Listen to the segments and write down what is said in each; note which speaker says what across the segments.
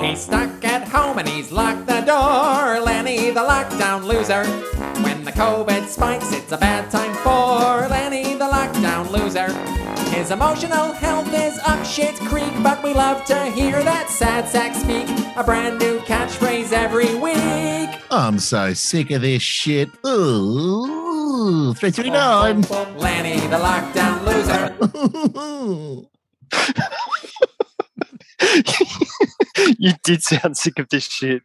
Speaker 1: He's stuck at home and he's locked the door. Lenny the lockdown loser. When the COVID spikes, it's a bad time for Lenny the lockdown loser. His emotional health is up shit creek, but we love to hear that sad sack speak. A brand new catchphrase every week.
Speaker 2: I'm so sick of this shit. Ooh, 339.
Speaker 1: Lenny the lockdown loser.
Speaker 3: you did sound sick of this shit.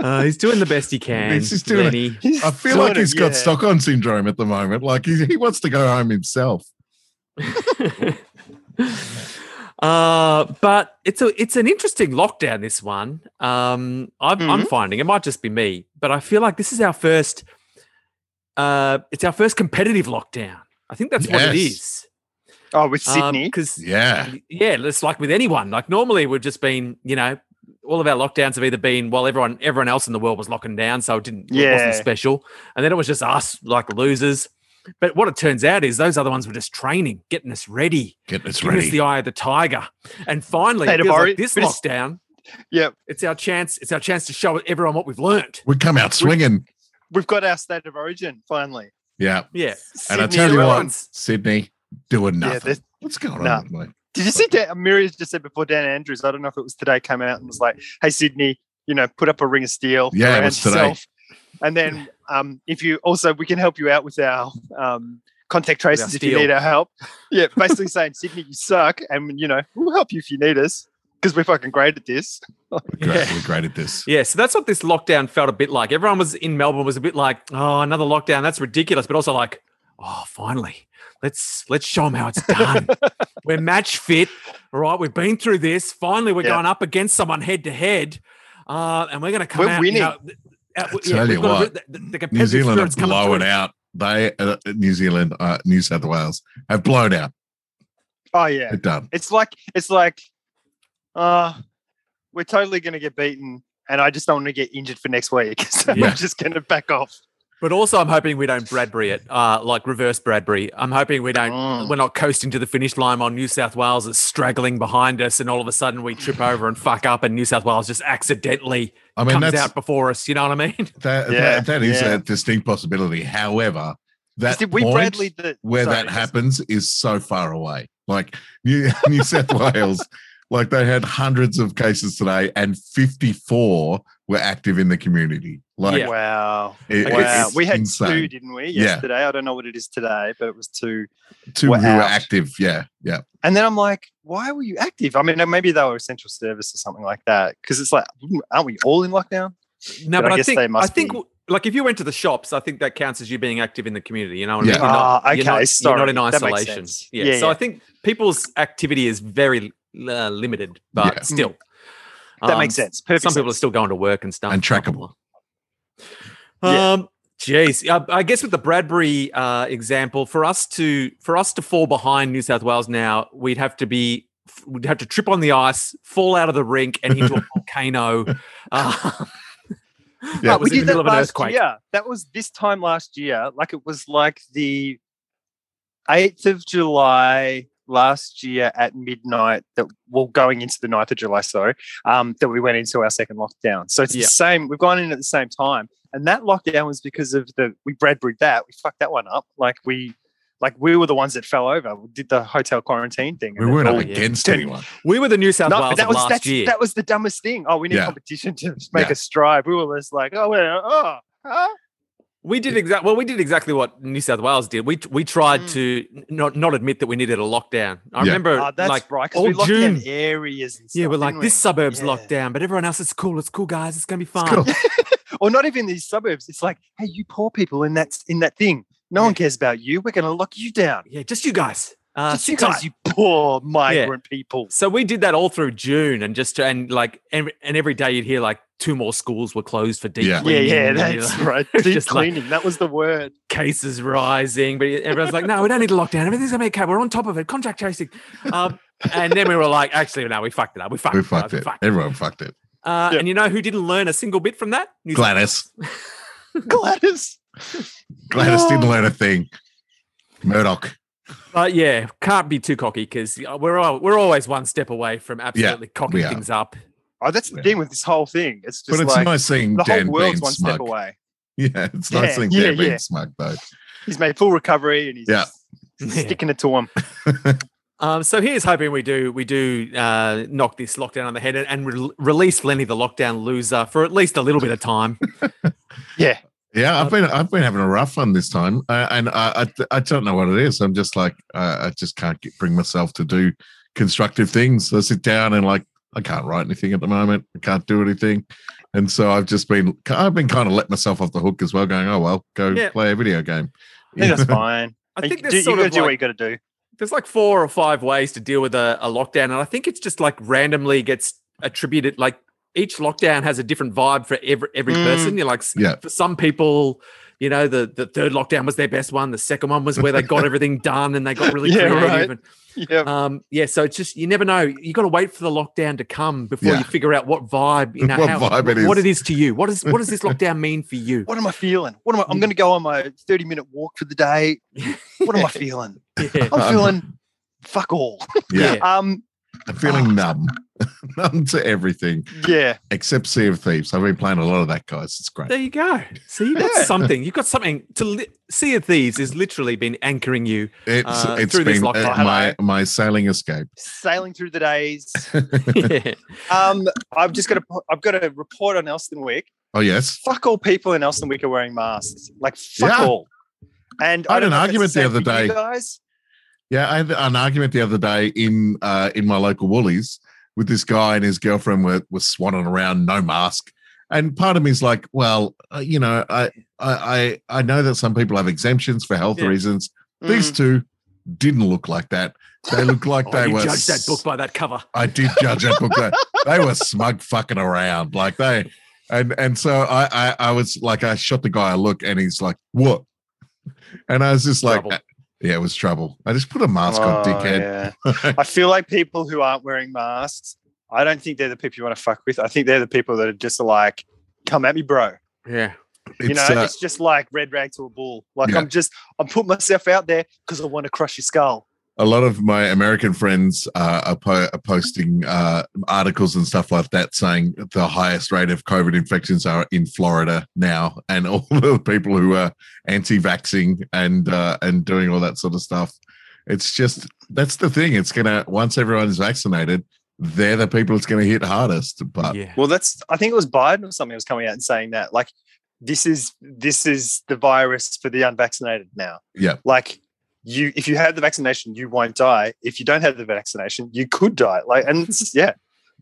Speaker 4: Uh, he's doing the best he can.
Speaker 2: He's just doing it.
Speaker 4: Lenny.
Speaker 2: I feel like he's got Stockholm syndrome at the moment. Like he, he wants to go home himself.
Speaker 4: uh, but it's a it's an interesting lockdown. This one, um, I'm,
Speaker 2: Mm-hmm.
Speaker 4: I'm finding it might just be me, but I feel like this is our first. Uh, it's our first competitive lockdown. I think that's what it
Speaker 2: Yes.
Speaker 4: is. Um,
Speaker 3: Oh, with
Speaker 2: Um,
Speaker 3: Sydney.
Speaker 4: because
Speaker 2: Yeah.
Speaker 4: yeah, it's like with anyone. Like normally we've just been, you know, all of our lockdowns have either been while everyone everyone else in the world was locking down, so it didn't it
Speaker 3: Yeah.
Speaker 4: wasn't special, and then it was just us like losers. But what it turns out is those other ones were just training, getting us ready,
Speaker 2: Get this
Speaker 4: giving us
Speaker 2: ready.
Speaker 4: the eye of the tiger, and finally
Speaker 3: Hey,
Speaker 4: it feels
Speaker 3: Tabari,
Speaker 4: like this
Speaker 3: but it's-
Speaker 4: lockdown.
Speaker 3: Yep.
Speaker 4: It's our chance. It's our chance to show everyone what we've learned.
Speaker 2: We come out swinging.
Speaker 3: We've got our state of origin finally.
Speaker 2: Yeah.
Speaker 4: Yeah,
Speaker 2: And I
Speaker 3: Sydney
Speaker 2: tell you
Speaker 3: Rowan.
Speaker 2: what,
Speaker 4: Rollins.
Speaker 2: Sydney doing
Speaker 3: Yeah,
Speaker 2: nothing.
Speaker 3: this-
Speaker 2: What's going on?
Speaker 3: Nah.
Speaker 2: with me?
Speaker 3: Did you see Dan, Miriam just said before Dan Andrews? I don't know if it was today. Came out and was like, "Hey Sydney, you know, put up a ring of steel
Speaker 2: Yeah, it
Speaker 3: around
Speaker 2: was today.
Speaker 3: yourself." And then, um, if you also, we can help you out with our um, contact
Speaker 4: our
Speaker 3: traces if you
Speaker 4: steel.
Speaker 3: need our help. Yeah, basically saying Sydney, you suck, and you know, we'll help you if you need us because we're fucking great at this.
Speaker 2: We're great,
Speaker 4: Yeah.
Speaker 2: we're great at this.
Speaker 4: Yeah, so that's what this lockdown felt a bit like. Everyone was in Melbourne was a bit like, oh, another lockdown. That's ridiculous, but also like, oh, finally, let's let's show them how it's done. we're match fit, all right. We've been through this. Finally, we're
Speaker 3: Yeah.
Speaker 4: going up against someone head to head, Uh, and we're going to come
Speaker 3: We're
Speaker 4: out.
Speaker 3: winning.
Speaker 4: th- out-
Speaker 2: I tell you
Speaker 4: we've got a
Speaker 2: what,
Speaker 4: re- the, the
Speaker 2: New
Speaker 4: competitive
Speaker 2: Zealand
Speaker 4: spirit's
Speaker 2: have
Speaker 4: coming
Speaker 2: blown
Speaker 4: through.
Speaker 2: out. They, uh, New Zealand, uh, New South Wales, have blown out.
Speaker 3: Oh yeah,
Speaker 2: They're done.
Speaker 3: it's like it's like, uh, we're totally gonna get beaten, and I just don't want to get injured for next week, so
Speaker 2: Yeah.
Speaker 3: I'm just gonna back off.
Speaker 4: But also, I'm hoping we don't Bradbury it, uh, like reverse Bradbury. I'm hoping we don't.
Speaker 3: Mm.
Speaker 4: We're not coasting to the finish line while New South Wales is straggling behind us, and all of a sudden we trip over and fuck up, and New South Wales just accidentally
Speaker 2: I mean,
Speaker 4: comes
Speaker 2: that's
Speaker 4: out before us. You know what I mean?
Speaker 2: that,
Speaker 3: Yeah,
Speaker 2: that, that is
Speaker 3: yeah.
Speaker 2: a distinct possibility. However, that
Speaker 3: Did we
Speaker 2: point
Speaker 3: Bradley the
Speaker 2: where
Speaker 3: sorry,
Speaker 2: that
Speaker 3: just-
Speaker 2: happens is so far away. Like New, New South Wales, like they had hundreds of cases today, and 54 were active in the community. Like,
Speaker 4: Yeah.
Speaker 3: Wow.
Speaker 2: it-
Speaker 4: Like,
Speaker 3: wow.
Speaker 2: it's
Speaker 3: We had two,
Speaker 2: insane.
Speaker 3: didn't we?
Speaker 2: Yeah.
Speaker 3: Yesterday. I don't know what it is today, but it was two.
Speaker 2: two
Speaker 3: were
Speaker 2: who were
Speaker 3: out.
Speaker 2: active. Yeah, yeah.
Speaker 3: And then I'm like, why were you active? I mean, uh, maybe they were essential service or something like that. Because it's like, aren't we all in lockdown? But
Speaker 4: No,
Speaker 3: I
Speaker 4: but I,
Speaker 3: guess
Speaker 4: think
Speaker 3: they must
Speaker 4: I think
Speaker 3: be.
Speaker 4: like if you went to the shops, I think that counts as you being active in the community. You know what
Speaker 2: Yeah.
Speaker 4: I mean? You're not-
Speaker 3: Ah,
Speaker 4: you're
Speaker 3: okay,
Speaker 4: not,
Speaker 3: sorry.
Speaker 4: You're not
Speaker 3: That
Speaker 4: in
Speaker 3: makes
Speaker 4: isolation.
Speaker 3: sense.
Speaker 4: Yeah.
Speaker 3: Yeah,
Speaker 4: So
Speaker 3: yeah.
Speaker 4: I think people's activity is very uh, limited, but
Speaker 2: Yeah.
Speaker 4: still,
Speaker 3: That
Speaker 4: Um,
Speaker 3: makes sense. Perfect.
Speaker 4: some people are
Speaker 3: sense.
Speaker 4: still going to work and stuff.
Speaker 2: And
Speaker 4: blah,
Speaker 2: trackable.
Speaker 4: blah, blah.
Speaker 3: Yeah.
Speaker 4: Um, geez, I, I guess with the Bradbury uh, example, for us to for us to fall behind New South Wales now, we'd have to be we'd have to trip on the ice, fall out of the rink, and into a volcano. Uh,
Speaker 2: Yeah.
Speaker 4: that was
Speaker 3: we
Speaker 4: in the
Speaker 3: did
Speaker 4: middle
Speaker 3: that
Speaker 4: of an
Speaker 3: last
Speaker 4: earthquake.
Speaker 3: year. That was this time last year. Like it was like the 8th of July last year at midnight that well going into the 9th of July, sorry, um, that we went into our second lockdown. So it's
Speaker 4: Yeah.
Speaker 3: the same, we've gone in at the same time. And that lockdown was because of the we Bradbury that, we fucked that one up. Like we like we were the ones that fell over. We did the hotel quarantine thing.
Speaker 2: We
Speaker 3: and
Speaker 2: weren't
Speaker 3: then
Speaker 2: up
Speaker 3: all-
Speaker 4: yeah.
Speaker 2: against
Speaker 3: Ten-
Speaker 2: anyone.
Speaker 4: We were the New South
Speaker 3: no,
Speaker 4: Wales
Speaker 3: that
Speaker 4: of
Speaker 3: was
Speaker 4: last
Speaker 3: that's,
Speaker 4: year.
Speaker 3: that was the dumbest thing. Oh, we need
Speaker 2: Yeah.
Speaker 3: competition to make
Speaker 2: Yeah.
Speaker 3: a stride. We were just like, oh, well, oh, huh?
Speaker 4: we did exactly well. We did exactly what New South Wales did. We we tried
Speaker 3: Mm.
Speaker 4: to n- not not admit that we needed a lockdown. I
Speaker 2: Yeah.
Speaker 4: remember
Speaker 3: Ah, that's
Speaker 4: like
Speaker 3: right. 'cause
Speaker 4: all
Speaker 3: we locked
Speaker 4: June.
Speaker 3: down areas. And
Speaker 4: Yeah,
Speaker 3: stuff,
Speaker 4: we're like,
Speaker 3: didn't
Speaker 4: this suburb's
Speaker 3: Yeah.
Speaker 4: locked down, but everyone else, it's cool. It's cool, guys. It's going to be fun.
Speaker 2: cool.
Speaker 3: we? or not even these suburbs. It's like, hey, you poor people in that in that thing. No one cares about you. We're going to lock you down.
Speaker 4: Yeah, just you guys. Uh,
Speaker 3: Just you
Speaker 4: sit tight.
Speaker 3: guys, you poor migrant people.
Speaker 4: So we did that all through June and just, and like, and, and every day you'd hear like two more schools were closed for deep
Speaker 2: Yeah.
Speaker 3: Yeah,
Speaker 4: cleaning.
Speaker 3: yeah,
Speaker 4: and, you
Speaker 3: that's
Speaker 4: know,
Speaker 3: right. Deep
Speaker 4: Just like-
Speaker 3: cleaning. that was the word.
Speaker 4: cases rising. But everyone's like, no, we don't need a lockdown. Everything's going to be okay. We're on top of it. Contract tracing. Um, and then we were like, actually, no, we fucked it up. We fucked
Speaker 2: We
Speaker 4: it up.
Speaker 2: fucked
Speaker 4: We
Speaker 2: it. Everyone fucked it.
Speaker 4: Uh,
Speaker 3: Yeah.
Speaker 4: And you know who didn't learn a single bit from that? New South
Speaker 2: Gladys.
Speaker 3: Gladys.
Speaker 2: Gladys didn't
Speaker 3: No.
Speaker 2: learn a thing. Murdoch.
Speaker 4: But Uh, yeah, can't be too cocky because we're all, we're always one step away from absolutely cocking
Speaker 2: we are.
Speaker 4: things up.
Speaker 3: Oh, that's the
Speaker 2: Yeah.
Speaker 3: thing with this whole thing. It's just
Speaker 2: but it's
Speaker 3: like
Speaker 2: nice seeing
Speaker 3: the
Speaker 2: Dan
Speaker 3: whole world's
Speaker 2: being
Speaker 3: one
Speaker 2: smug.
Speaker 3: step away.
Speaker 2: Yeah, it's
Speaker 3: Yeah,
Speaker 2: nice seeing
Speaker 3: yeah,
Speaker 2: Dan being
Speaker 3: yeah.
Speaker 2: smug though.
Speaker 3: He's made full recovery and he's
Speaker 2: Yeah.
Speaker 3: just sticking it to him.
Speaker 4: Um, so here's hoping we do we do uh, knock this lockdown on the head and, and re- release Lenny the lockdown loser for at least a little bit of time.
Speaker 3: Yeah.
Speaker 2: Yeah,
Speaker 4: Um,
Speaker 2: I've been I've been having a rough one this time, uh, and I, I I don't know what it is. I'm just like uh, I just can't get, bring myself to do constructive things. I sit down and like I can't write anything at the moment. I can't do anything, and so I've just been I've been kind of let myself off the hook as well. Going oh well, go
Speaker 4: Yeah.
Speaker 2: play a video game.
Speaker 3: I think that's fine.
Speaker 4: I
Speaker 3: You
Speaker 4: think
Speaker 3: do-
Speaker 4: there's
Speaker 3: you
Speaker 4: sort
Speaker 3: got to
Speaker 4: of
Speaker 3: do what you
Speaker 4: like,
Speaker 3: got to do.
Speaker 4: there's like four or five ways to deal with a, a lockdown, and I think it's just like randomly gets attributed. Like each lockdown has a different vibe for every every
Speaker 3: Mm.
Speaker 4: person. You're like s-
Speaker 2: Yeah.
Speaker 4: for some people. You know, the, the third lockdown was their best one. The second one was where they got everything done and they got really
Speaker 3: Yeah,
Speaker 4: creative.
Speaker 3: right.
Speaker 4: And
Speaker 3: Yeah.
Speaker 4: Um, yeah, so it's just you never know. You got to wait for the lockdown to come before
Speaker 2: Yeah.
Speaker 4: you figure out what vibe you know
Speaker 2: What
Speaker 4: how,
Speaker 2: vibe it
Speaker 4: what
Speaker 2: is.
Speaker 4: it is to you. What is what does this lockdown mean for you?
Speaker 3: what am I feeling? What am I? I'm going to go on my 30 minute walk for the day. What am I feeling?
Speaker 4: Yeah,
Speaker 3: I'm
Speaker 2: Um,
Speaker 3: feeling fuck all.
Speaker 2: Yeah,
Speaker 4: yeah.
Speaker 3: Um,
Speaker 2: I'm feeling numb, numb to everything
Speaker 3: yeah,
Speaker 2: except Sea of Thieves. I've been playing a lot of that, guys. It's great.
Speaker 4: There you go. So you got
Speaker 3: Yeah.
Speaker 4: something. You've got something to li- Sea of Thieves has literally been anchoring you.
Speaker 2: It's
Speaker 4: Uh,
Speaker 2: it's
Speaker 4: through this
Speaker 2: been uh,
Speaker 4: lockdown.
Speaker 2: my my sailing escape.
Speaker 3: sailing through the days.
Speaker 4: yeah.
Speaker 3: Um, I've just got to. I've got to report on Elston Wick.
Speaker 2: Oh yes,
Speaker 3: Fuck all people in Elston Wick are wearing masks. Like fuck
Speaker 2: Yeah.
Speaker 3: all. And
Speaker 2: I had
Speaker 3: don't
Speaker 2: an
Speaker 3: know if
Speaker 2: argument
Speaker 3: it's
Speaker 2: the
Speaker 3: same
Speaker 2: other
Speaker 3: for you
Speaker 2: day.
Speaker 3: guys.
Speaker 2: Yeah, I had an argument the other day in uh, in my local Woolies with this guy and his girlfriend were were swanning around, no mask. And part of me is like, well, uh, you know, I I I I know that some people have exemptions for health
Speaker 4: Yeah.
Speaker 2: reasons. These
Speaker 3: Mm.
Speaker 2: two didn't look like that. They looked like
Speaker 4: Oh,
Speaker 2: they
Speaker 4: you
Speaker 2: were.
Speaker 4: judge that book by that cover.
Speaker 2: I did judge that book. That, they were smug fucking around like they, and and so I, I I was like I shot the guy a look and he's like what, and I was just like.
Speaker 4: Trouble.
Speaker 2: Yeah, it was trouble. I just put a mask on,
Speaker 3: Oh,
Speaker 2: dickhead.
Speaker 3: yeah. I feel like people who aren't wearing masks. I don't think they're the people you want to fuck with. I think they're the people that are just like, come at me, bro.
Speaker 4: Yeah.
Speaker 2: It's,
Speaker 3: you know,
Speaker 2: uh,
Speaker 3: it's just like red rag to a bull. Like
Speaker 2: Yeah.
Speaker 3: I'm just, I'm putting myself out there because I want to crush your skull.
Speaker 2: a lot of my American friends uh, are, po- are posting uh, articles and stuff like that saying the highest rate of COVID infections are in Florida now, and all the people who are anti-vaxing and uh, and doing all that sort of stuff. It's just that's the thing. It's gonna once everyone's vaccinated, they're the people it's gonna hit hardest. But
Speaker 4: yeah.
Speaker 3: Well, that's, I think it was Biden or something was coming out and saying that, like, this is this is the virus for the unvaccinated now.
Speaker 2: Yeah.
Speaker 3: Like, you, if you have the vaccination, you won't die. If you don't have the vaccination, you could die. Like, and it's, yeah,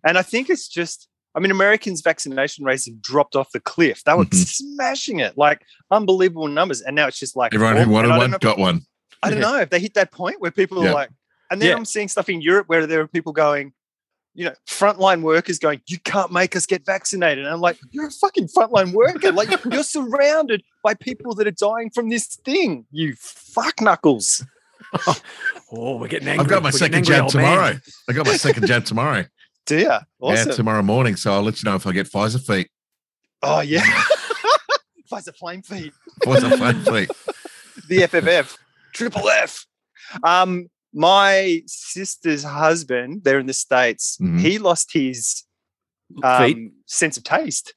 Speaker 3: and I think it's just, I mean, Americans' vaccination rates have dropped off the cliff. They were
Speaker 2: Mhm.
Speaker 3: smashing it, like unbelievable numbers, and now it's just like
Speaker 2: everyone
Speaker 3: oh,
Speaker 2: who wanted
Speaker 3: and I don't
Speaker 2: one
Speaker 3: know-
Speaker 2: got one.
Speaker 3: I don't
Speaker 4: Yeah.
Speaker 3: know if they hit that point where people
Speaker 2: Yeah.
Speaker 3: are like, and then
Speaker 4: Yeah.
Speaker 3: I'm seeing stuff in Europe where there are people going, you know, frontline workers going, you can't make us get vaccinated. And I'm like, you're a fucking frontline worker. Like, you're surrounded by people that are dying from this thing, you fuck knuckles.
Speaker 4: Oh, we're getting angry.
Speaker 2: I've got my
Speaker 4: We're getting
Speaker 2: second
Speaker 4: angry,
Speaker 2: jab
Speaker 4: old man.
Speaker 2: tomorrow. I got my second jab tomorrow.
Speaker 3: Dear. Awesome.
Speaker 2: Yeah, tomorrow morning. So I'll let you know if I get Pfizer feet.
Speaker 3: oh, yeah. Pfizer flame feed,
Speaker 2: Pfizer flame feet.
Speaker 3: the FFF, triple F. Um, my sister's husband, they're in the States,
Speaker 2: Mhm.
Speaker 3: he lost his
Speaker 4: Mm-hmm. Feet?
Speaker 3: um, sense of taste.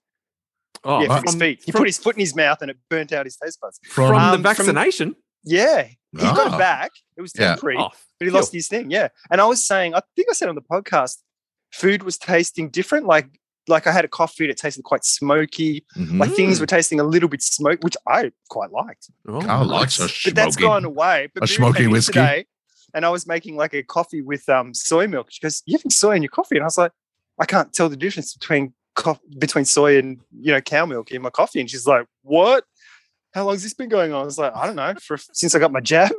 Speaker 4: Oh,
Speaker 3: yeah, from his
Speaker 4: from-
Speaker 3: feet. He
Speaker 4: from-
Speaker 3: put his foot in his mouth and it burnt out his taste buds.
Speaker 4: from
Speaker 2: From
Speaker 3: Um,
Speaker 4: the
Speaker 3: from-
Speaker 4: vaccination.
Speaker 3: Yeah. He got
Speaker 2: Ah.
Speaker 3: it back. It was
Speaker 2: Yeah.
Speaker 3: temporary,
Speaker 4: Oh,
Speaker 3: but he lost his thing. Yeah. And I was saying, I think I said on the podcast, food was tasting different. Like, like I had a coffee and it tasted quite smoky.
Speaker 2: Mhm.
Speaker 3: Like things
Speaker 4: Mm.
Speaker 3: were tasting a little bit smoky, which I quite liked.
Speaker 4: oh,
Speaker 2: Carl likes a
Speaker 4: nice.
Speaker 2: smoky.
Speaker 3: But that's gone away. But
Speaker 2: A
Speaker 3: Miriam
Speaker 2: smoky
Speaker 3: came in
Speaker 2: whiskey.
Speaker 3: Today, and I was making like a coffee with um, soy milk. She goes, "You having soy in your coffee?" And I was like, "I can't tell the difference between co- between soy and you know cow milk in my coffee." And she's like, "What? How long's this been going on?" I was like, "I don't know. For since I got my jab."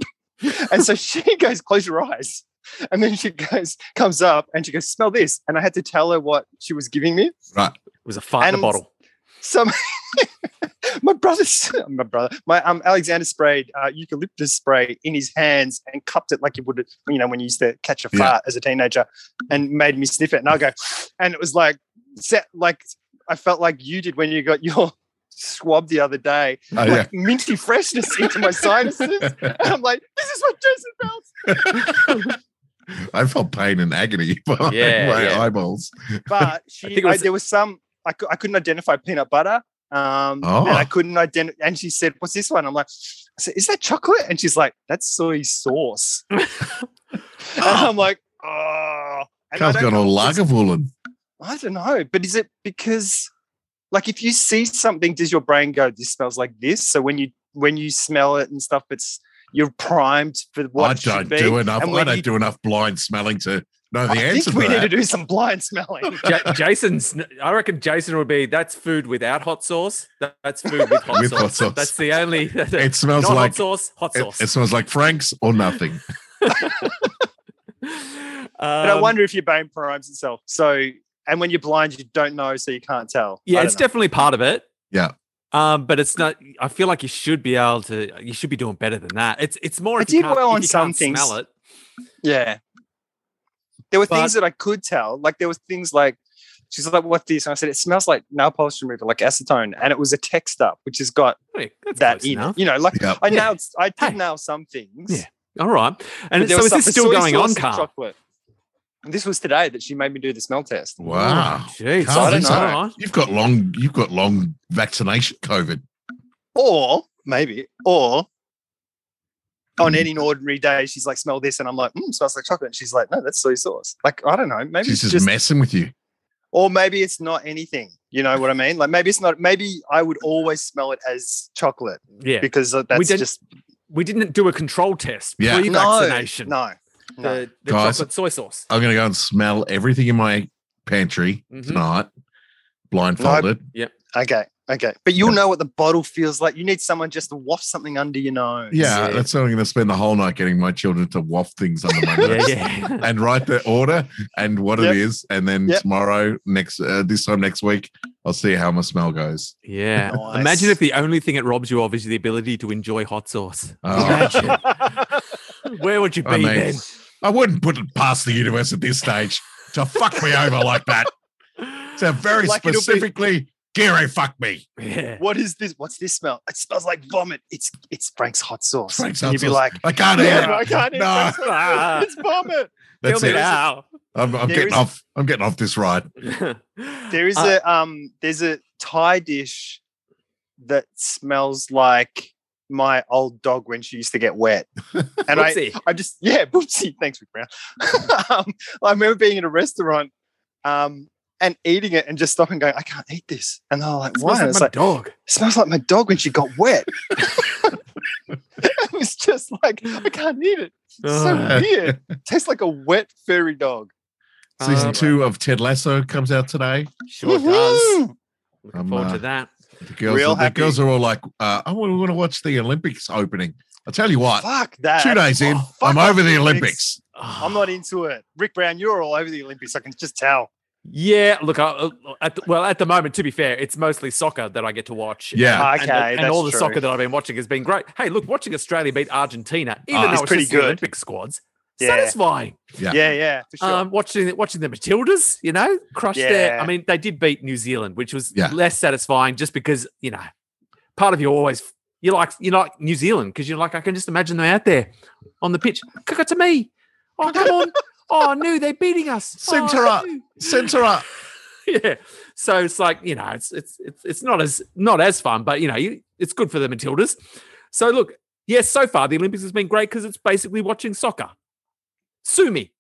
Speaker 3: and so she goes, "Close your eyes." And then she goes, comes up and she goes, "Smell this." And I had to tell her what she was giving me.
Speaker 2: Right.
Speaker 4: It was a fart in a
Speaker 3: Animals-
Speaker 4: bottle.
Speaker 3: So my, my brother's my brother, my um Alexander sprayed uh, eucalyptus spray in his hands and cupped it like you would, you know, when you used to catch a
Speaker 2: Yeah.
Speaker 3: fart as a teenager, and made me sniff it. And I go, and it was like, set like I felt like you did when you got your swab the other day,
Speaker 2: Oh,
Speaker 3: like minty freshness into my sinuses. and I'm like, this is what Jason feels.
Speaker 2: I felt pain and agony behind
Speaker 4: Yeah,
Speaker 2: my
Speaker 4: yeah.
Speaker 2: eyeballs.
Speaker 3: But
Speaker 4: think
Speaker 3: she,
Speaker 4: it
Speaker 3: I
Speaker 4: was-
Speaker 3: there was some, I, cou- I couldn't identify peanut butter. Um,
Speaker 2: Oh.
Speaker 3: And I couldn't identify. And she said, what's this one? I'm like, I said, is that chocolate? And she's like, that's soy sauce. and I'm like, oh. And I
Speaker 2: Carl's
Speaker 3: don't
Speaker 2: gone all Lagerwoolen.
Speaker 3: I don't know, but is it because like if you see something, does your brain go, this smells like this? So when you when you smell it and stuff, it's you're primed for what
Speaker 2: I
Speaker 3: it should
Speaker 2: don't
Speaker 3: be.
Speaker 2: do enough.
Speaker 3: And
Speaker 2: I
Speaker 3: when
Speaker 2: don't
Speaker 3: you-
Speaker 2: do enough blind smelling to know the
Speaker 3: I think
Speaker 2: answer
Speaker 3: we
Speaker 2: to
Speaker 3: need to
Speaker 2: that.
Speaker 3: do some blind smelling.
Speaker 4: Ja- Jason's. I reckon Jason would be. That's food without hot sauce. That- That's food with hot,
Speaker 2: With
Speaker 4: sauce.
Speaker 2: hot sauce.
Speaker 4: That's the only.
Speaker 2: It smells
Speaker 4: not
Speaker 2: like
Speaker 4: hot sauce. Hot
Speaker 2: it,
Speaker 4: sauce.
Speaker 2: it smells like Frank's or nothing.
Speaker 3: Mm.
Speaker 4: Um,
Speaker 3: but I wonder if your brain primes itself. So and when you're blind, you don't know, so you can't tell. I
Speaker 4: Yeah,
Speaker 3: don't
Speaker 4: it's
Speaker 3: know.
Speaker 4: definitely part of it.
Speaker 2: Yeah.
Speaker 4: Um, but it's not. I feel like you should be able to. You should be doing better than that. It's it's more.
Speaker 3: I
Speaker 4: if you
Speaker 3: did
Speaker 4: can't-
Speaker 3: well
Speaker 4: if
Speaker 3: on
Speaker 4: you
Speaker 3: some
Speaker 4: can't
Speaker 3: things.
Speaker 4: Smell it.
Speaker 3: yeah. There were things
Speaker 4: But-
Speaker 3: that I could tell. Like there was things like she's like, "What this?" And I said, "It smells like nail polish remover, like acetone." And it was a text up, which has got
Speaker 4: Hey, Oh, that's
Speaker 3: that
Speaker 4: close
Speaker 3: in it.
Speaker 4: enough.
Speaker 3: You know, like
Speaker 2: Yep.
Speaker 3: I
Speaker 4: Yeah.
Speaker 3: nailed, I did
Speaker 4: Hey.
Speaker 3: nail some things.
Speaker 4: Yeah. All right.
Speaker 3: but
Speaker 4: And
Speaker 3: there
Speaker 4: so
Speaker 3: was
Speaker 4: is
Speaker 3: some-
Speaker 4: this
Speaker 3: the
Speaker 4: still
Speaker 3: soy
Speaker 4: going
Speaker 3: sauce
Speaker 4: on,
Speaker 3: and
Speaker 4: Carl?
Speaker 3: chocolate. And This was today that she made me do the smell test.
Speaker 2: Wow.
Speaker 4: Oh, Jeez.
Speaker 2: Carl,
Speaker 3: I don't
Speaker 2: that's-
Speaker 3: know.
Speaker 2: You've got long you've got long vaccination COVID.
Speaker 3: Or maybe, or
Speaker 2: Hmm.
Speaker 3: on any ordinary day, she's like, smell this. And I'm like, mm, smells like chocolate. And she's like, no, that's soy sauce. Like, I don't know. Maybe
Speaker 2: She's just,
Speaker 3: it's just,
Speaker 2: messing with you.
Speaker 3: or maybe it's not anything. You know what I mean? Like, maybe it's not, maybe I would always smell it as chocolate
Speaker 4: Yeah.
Speaker 3: because that's
Speaker 4: didn't-
Speaker 3: just
Speaker 4: We didn't do a control test.
Speaker 2: Yeah.
Speaker 4: Pre
Speaker 3: no,
Speaker 4: vaccination.
Speaker 3: No. no.
Speaker 4: The, the
Speaker 2: Guys.
Speaker 4: chocolate soy sauce.
Speaker 2: I'm gonna go and smell everything in my pantry
Speaker 4: Mhm.
Speaker 2: tonight, blindfolded.
Speaker 3: Okay. Okay. But you'll
Speaker 2: Yeah.
Speaker 3: know what the bottle feels like. You need someone just to waft something under your nose.
Speaker 2: Yeah,
Speaker 4: Yeah.
Speaker 2: that's not gonna spend the whole night getting my children to waft things under my nose.
Speaker 4: yeah, yeah.
Speaker 2: and write the order and what
Speaker 3: Yep.
Speaker 2: it is, and then
Speaker 3: Yep.
Speaker 2: tomorrow, next uh, this time next week, I'll see how my smell goes.
Speaker 4: yeah.
Speaker 3: Nice.
Speaker 4: Imagine if the only thing it robs you of is the ability to enjoy hot sauce.
Speaker 2: Oh.
Speaker 4: Imagine. Where would you be
Speaker 2: I mean,
Speaker 4: then?
Speaker 2: I wouldn't put it past the universe at this stage to fuck me over like that. So very
Speaker 3: Like it'll be-
Speaker 2: specifically, Gary, fuck me.
Speaker 4: Yeah.
Speaker 3: What is this? What's this smell? It smells like vomit. It's it's Frank's hot sauce.
Speaker 2: Frank's
Speaker 3: and
Speaker 2: hot
Speaker 3: you'd be
Speaker 2: sauce.
Speaker 3: like,
Speaker 2: I can't
Speaker 3: "Yeah,
Speaker 2: hear.
Speaker 3: I can't eat
Speaker 2: No,
Speaker 3: Frank's hot sauce. It's vomit.
Speaker 2: that's
Speaker 4: Tell me
Speaker 2: it.
Speaker 4: now.
Speaker 2: I'm, I'm
Speaker 3: There
Speaker 2: getting
Speaker 3: is-
Speaker 2: off. I'm getting off this ride.
Speaker 3: There is
Speaker 4: Uh,
Speaker 3: a um there's a Thai dish that smells like my old dog when she used to get wet. And I
Speaker 4: whoopsie.
Speaker 3: I just yeah, whoopsie. Thanks, Rick Brown. um, I remember being in a restaurant um, and eating it and just stopping, and going, I can't eat this. And they're like,
Speaker 4: It
Speaker 3: why?
Speaker 4: smells
Speaker 3: And
Speaker 4: like
Speaker 3: it's
Speaker 4: my
Speaker 3: like,
Speaker 4: dog.
Speaker 3: it smells like my dog when she got wet. it was just like I can't eat it. It's so
Speaker 4: Ah.
Speaker 3: weird. It tastes like a wet furry dog.
Speaker 2: Season
Speaker 3: Uh,
Speaker 4: Um,
Speaker 2: two of Ted Lasso comes out today.
Speaker 4: Sure does.
Speaker 3: Woohoo!
Speaker 4: Looking
Speaker 2: I'm,
Speaker 4: forward
Speaker 2: uh,
Speaker 4: to that.
Speaker 2: The girls,
Speaker 3: Real
Speaker 2: the
Speaker 3: happy.
Speaker 2: girls are all like, uh, "I want to watch the Olympics opening." I tell you what,
Speaker 3: Fuck that.
Speaker 2: two days in,
Speaker 3: Oh, fuck
Speaker 2: I'm
Speaker 3: off
Speaker 2: over the Olympics.
Speaker 4: Ah.
Speaker 3: I'm not into it. Rick Brown, you're all over the Olympics. I can just tell.
Speaker 4: Yeah, look, I, uh, at the, well, at the moment, to be fair, it's mostly soccer that I get to watch.
Speaker 2: Yeah.
Speaker 4: Ah, And- and,
Speaker 3: Okay,
Speaker 4: and
Speaker 3: that's
Speaker 4: all the
Speaker 3: true.
Speaker 4: soccer that I've been watching has been great. Hey, look, watching Australia beat Argentina, even
Speaker 2: Ah,
Speaker 4: though
Speaker 2: it's
Speaker 4: it's,
Speaker 3: pretty
Speaker 4: just
Speaker 3: good.
Speaker 4: the Olympic squads,
Speaker 3: Yeah.
Speaker 4: satisfying.
Speaker 2: Yeah.
Speaker 3: Yeah, yeah, for sure.
Speaker 4: Um, watching watching the Matildas, you know, crush their.
Speaker 3: Yeah.
Speaker 4: I mean, they did beat New Zealand, which was
Speaker 2: Yeah.
Speaker 4: less satisfying, just because you know, part of you always you like you like New Zealand because you're like I can just imagine them out there on the pitch. Cook it to me. Oh come on. Oh no, they're beating us.
Speaker 2: Centre
Speaker 4: Oh,
Speaker 2: up.
Speaker 4: no.
Speaker 2: Center up.
Speaker 4: yeah. So it's like you know, it's it's it's it's not as not as fun, but you know, you, it's good for the Matildas. So look, yes, so far the Olympics has been great because it's basically watching soccer. Sue me.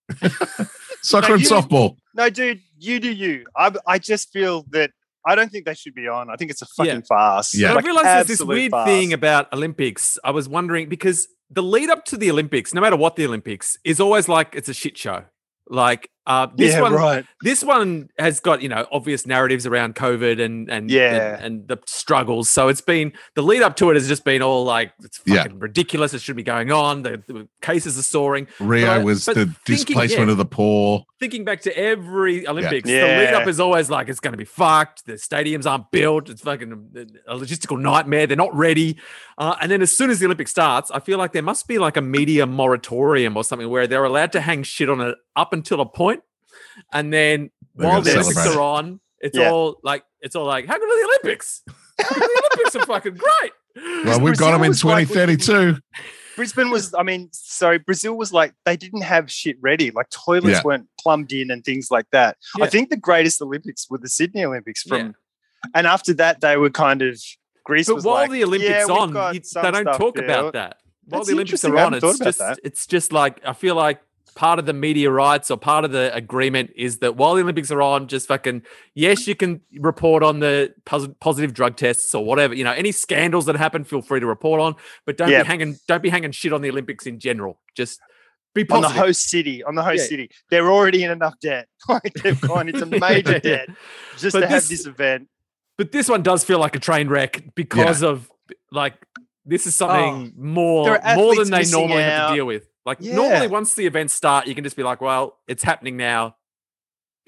Speaker 2: Soccer
Speaker 3: No,
Speaker 2: and
Speaker 3: you-
Speaker 2: softball.
Speaker 3: no, dude, you do you. I, I just feel that I don't think they should be on. I think it's a fucking farce.
Speaker 2: Yeah.
Speaker 4: But
Speaker 3: Like,
Speaker 4: I realize there's this
Speaker 3: absolute
Speaker 4: weird
Speaker 3: farce.
Speaker 4: thing about Olympics. I was wondering because the lead up to the Olympics, no matter what the Olympics, is always like it's a shit show. Like uh, this
Speaker 3: yeah,
Speaker 4: one,
Speaker 3: right.
Speaker 4: this one has got you know obvious narratives around COVID and and
Speaker 3: Yeah.
Speaker 4: and, and the struggles. So it's been the lead up to it has just been all like it's
Speaker 2: Yeah.
Speaker 4: fucking ridiculous. It should be going on. The, the cases are soaring.
Speaker 2: Rio
Speaker 4: But I-
Speaker 2: was
Speaker 4: but
Speaker 2: the
Speaker 4: thinking,
Speaker 2: displacement
Speaker 4: yeah.
Speaker 2: of the poor.
Speaker 4: Thinking back to every Olympics, the lead
Speaker 3: Yeah.
Speaker 4: up is always like it's going to be fucked. The stadiums aren't built. It's fucking uh, a logistical nightmare. They're not ready. Uh, and then as soon as the Olympics starts, I feel like there must be like a media moratorium or something where they're allowed to hang shit on it up until a point, and then
Speaker 2: They're
Speaker 4: while
Speaker 2: gonna
Speaker 4: the Olympics
Speaker 2: celebrate
Speaker 4: are on, It's
Speaker 3: Yeah.
Speaker 4: all like it's all like how good are the Olympics? How good are the Olympics are fucking great.
Speaker 2: Well, we've got
Speaker 3: Brazil
Speaker 2: them in
Speaker 3: was like-
Speaker 2: 2032.
Speaker 3: Brisbane was, I mean, so Brazil was like, they didn't have shit ready. Like toilets
Speaker 2: Yeah.
Speaker 3: weren't plumbed in and things like that.
Speaker 4: Yeah.
Speaker 3: I think the greatest Olympics were the Sydney Olympics from,
Speaker 4: Yeah.
Speaker 3: and after that, they were kind of, Greece
Speaker 4: But
Speaker 3: was
Speaker 4: while
Speaker 3: like,
Speaker 4: the Olympics
Speaker 3: "Yeah, we've
Speaker 4: on,
Speaker 3: got
Speaker 4: you-
Speaker 3: some
Speaker 4: they don't
Speaker 3: stuff
Speaker 4: talk
Speaker 3: here."
Speaker 4: about that. While
Speaker 3: That's
Speaker 4: the Olympics
Speaker 3: interesting.
Speaker 4: are
Speaker 3: I
Speaker 4: on,
Speaker 3: hadn't
Speaker 4: it's
Speaker 3: thought about
Speaker 4: just it's just like I feel like part of the media rights or part of the agreement is that while the Olympics are on, just fucking yes, you can report on the pos- positive drug tests or whatever. You know, any scandals that happen, feel free to report on, but don't
Speaker 3: Yeah.
Speaker 4: be hanging don't be hanging shit on the Olympics in general. Just be
Speaker 3: on the
Speaker 4: positive.
Speaker 3: host city, on the host
Speaker 4: Yeah.
Speaker 3: city, they're already in enough debt. Like they've gone into major debt just
Speaker 4: But
Speaker 3: to have
Speaker 4: this-
Speaker 3: this event.
Speaker 4: But this one does feel like a train wreck because of like this is something more
Speaker 3: Oh. there are
Speaker 4: more
Speaker 3: athletes
Speaker 4: than they
Speaker 3: missing
Speaker 4: normally have
Speaker 3: out.
Speaker 4: to deal with. Like
Speaker 3: Yeah.
Speaker 4: normally once the events start, you can just be like, well, it's happening now.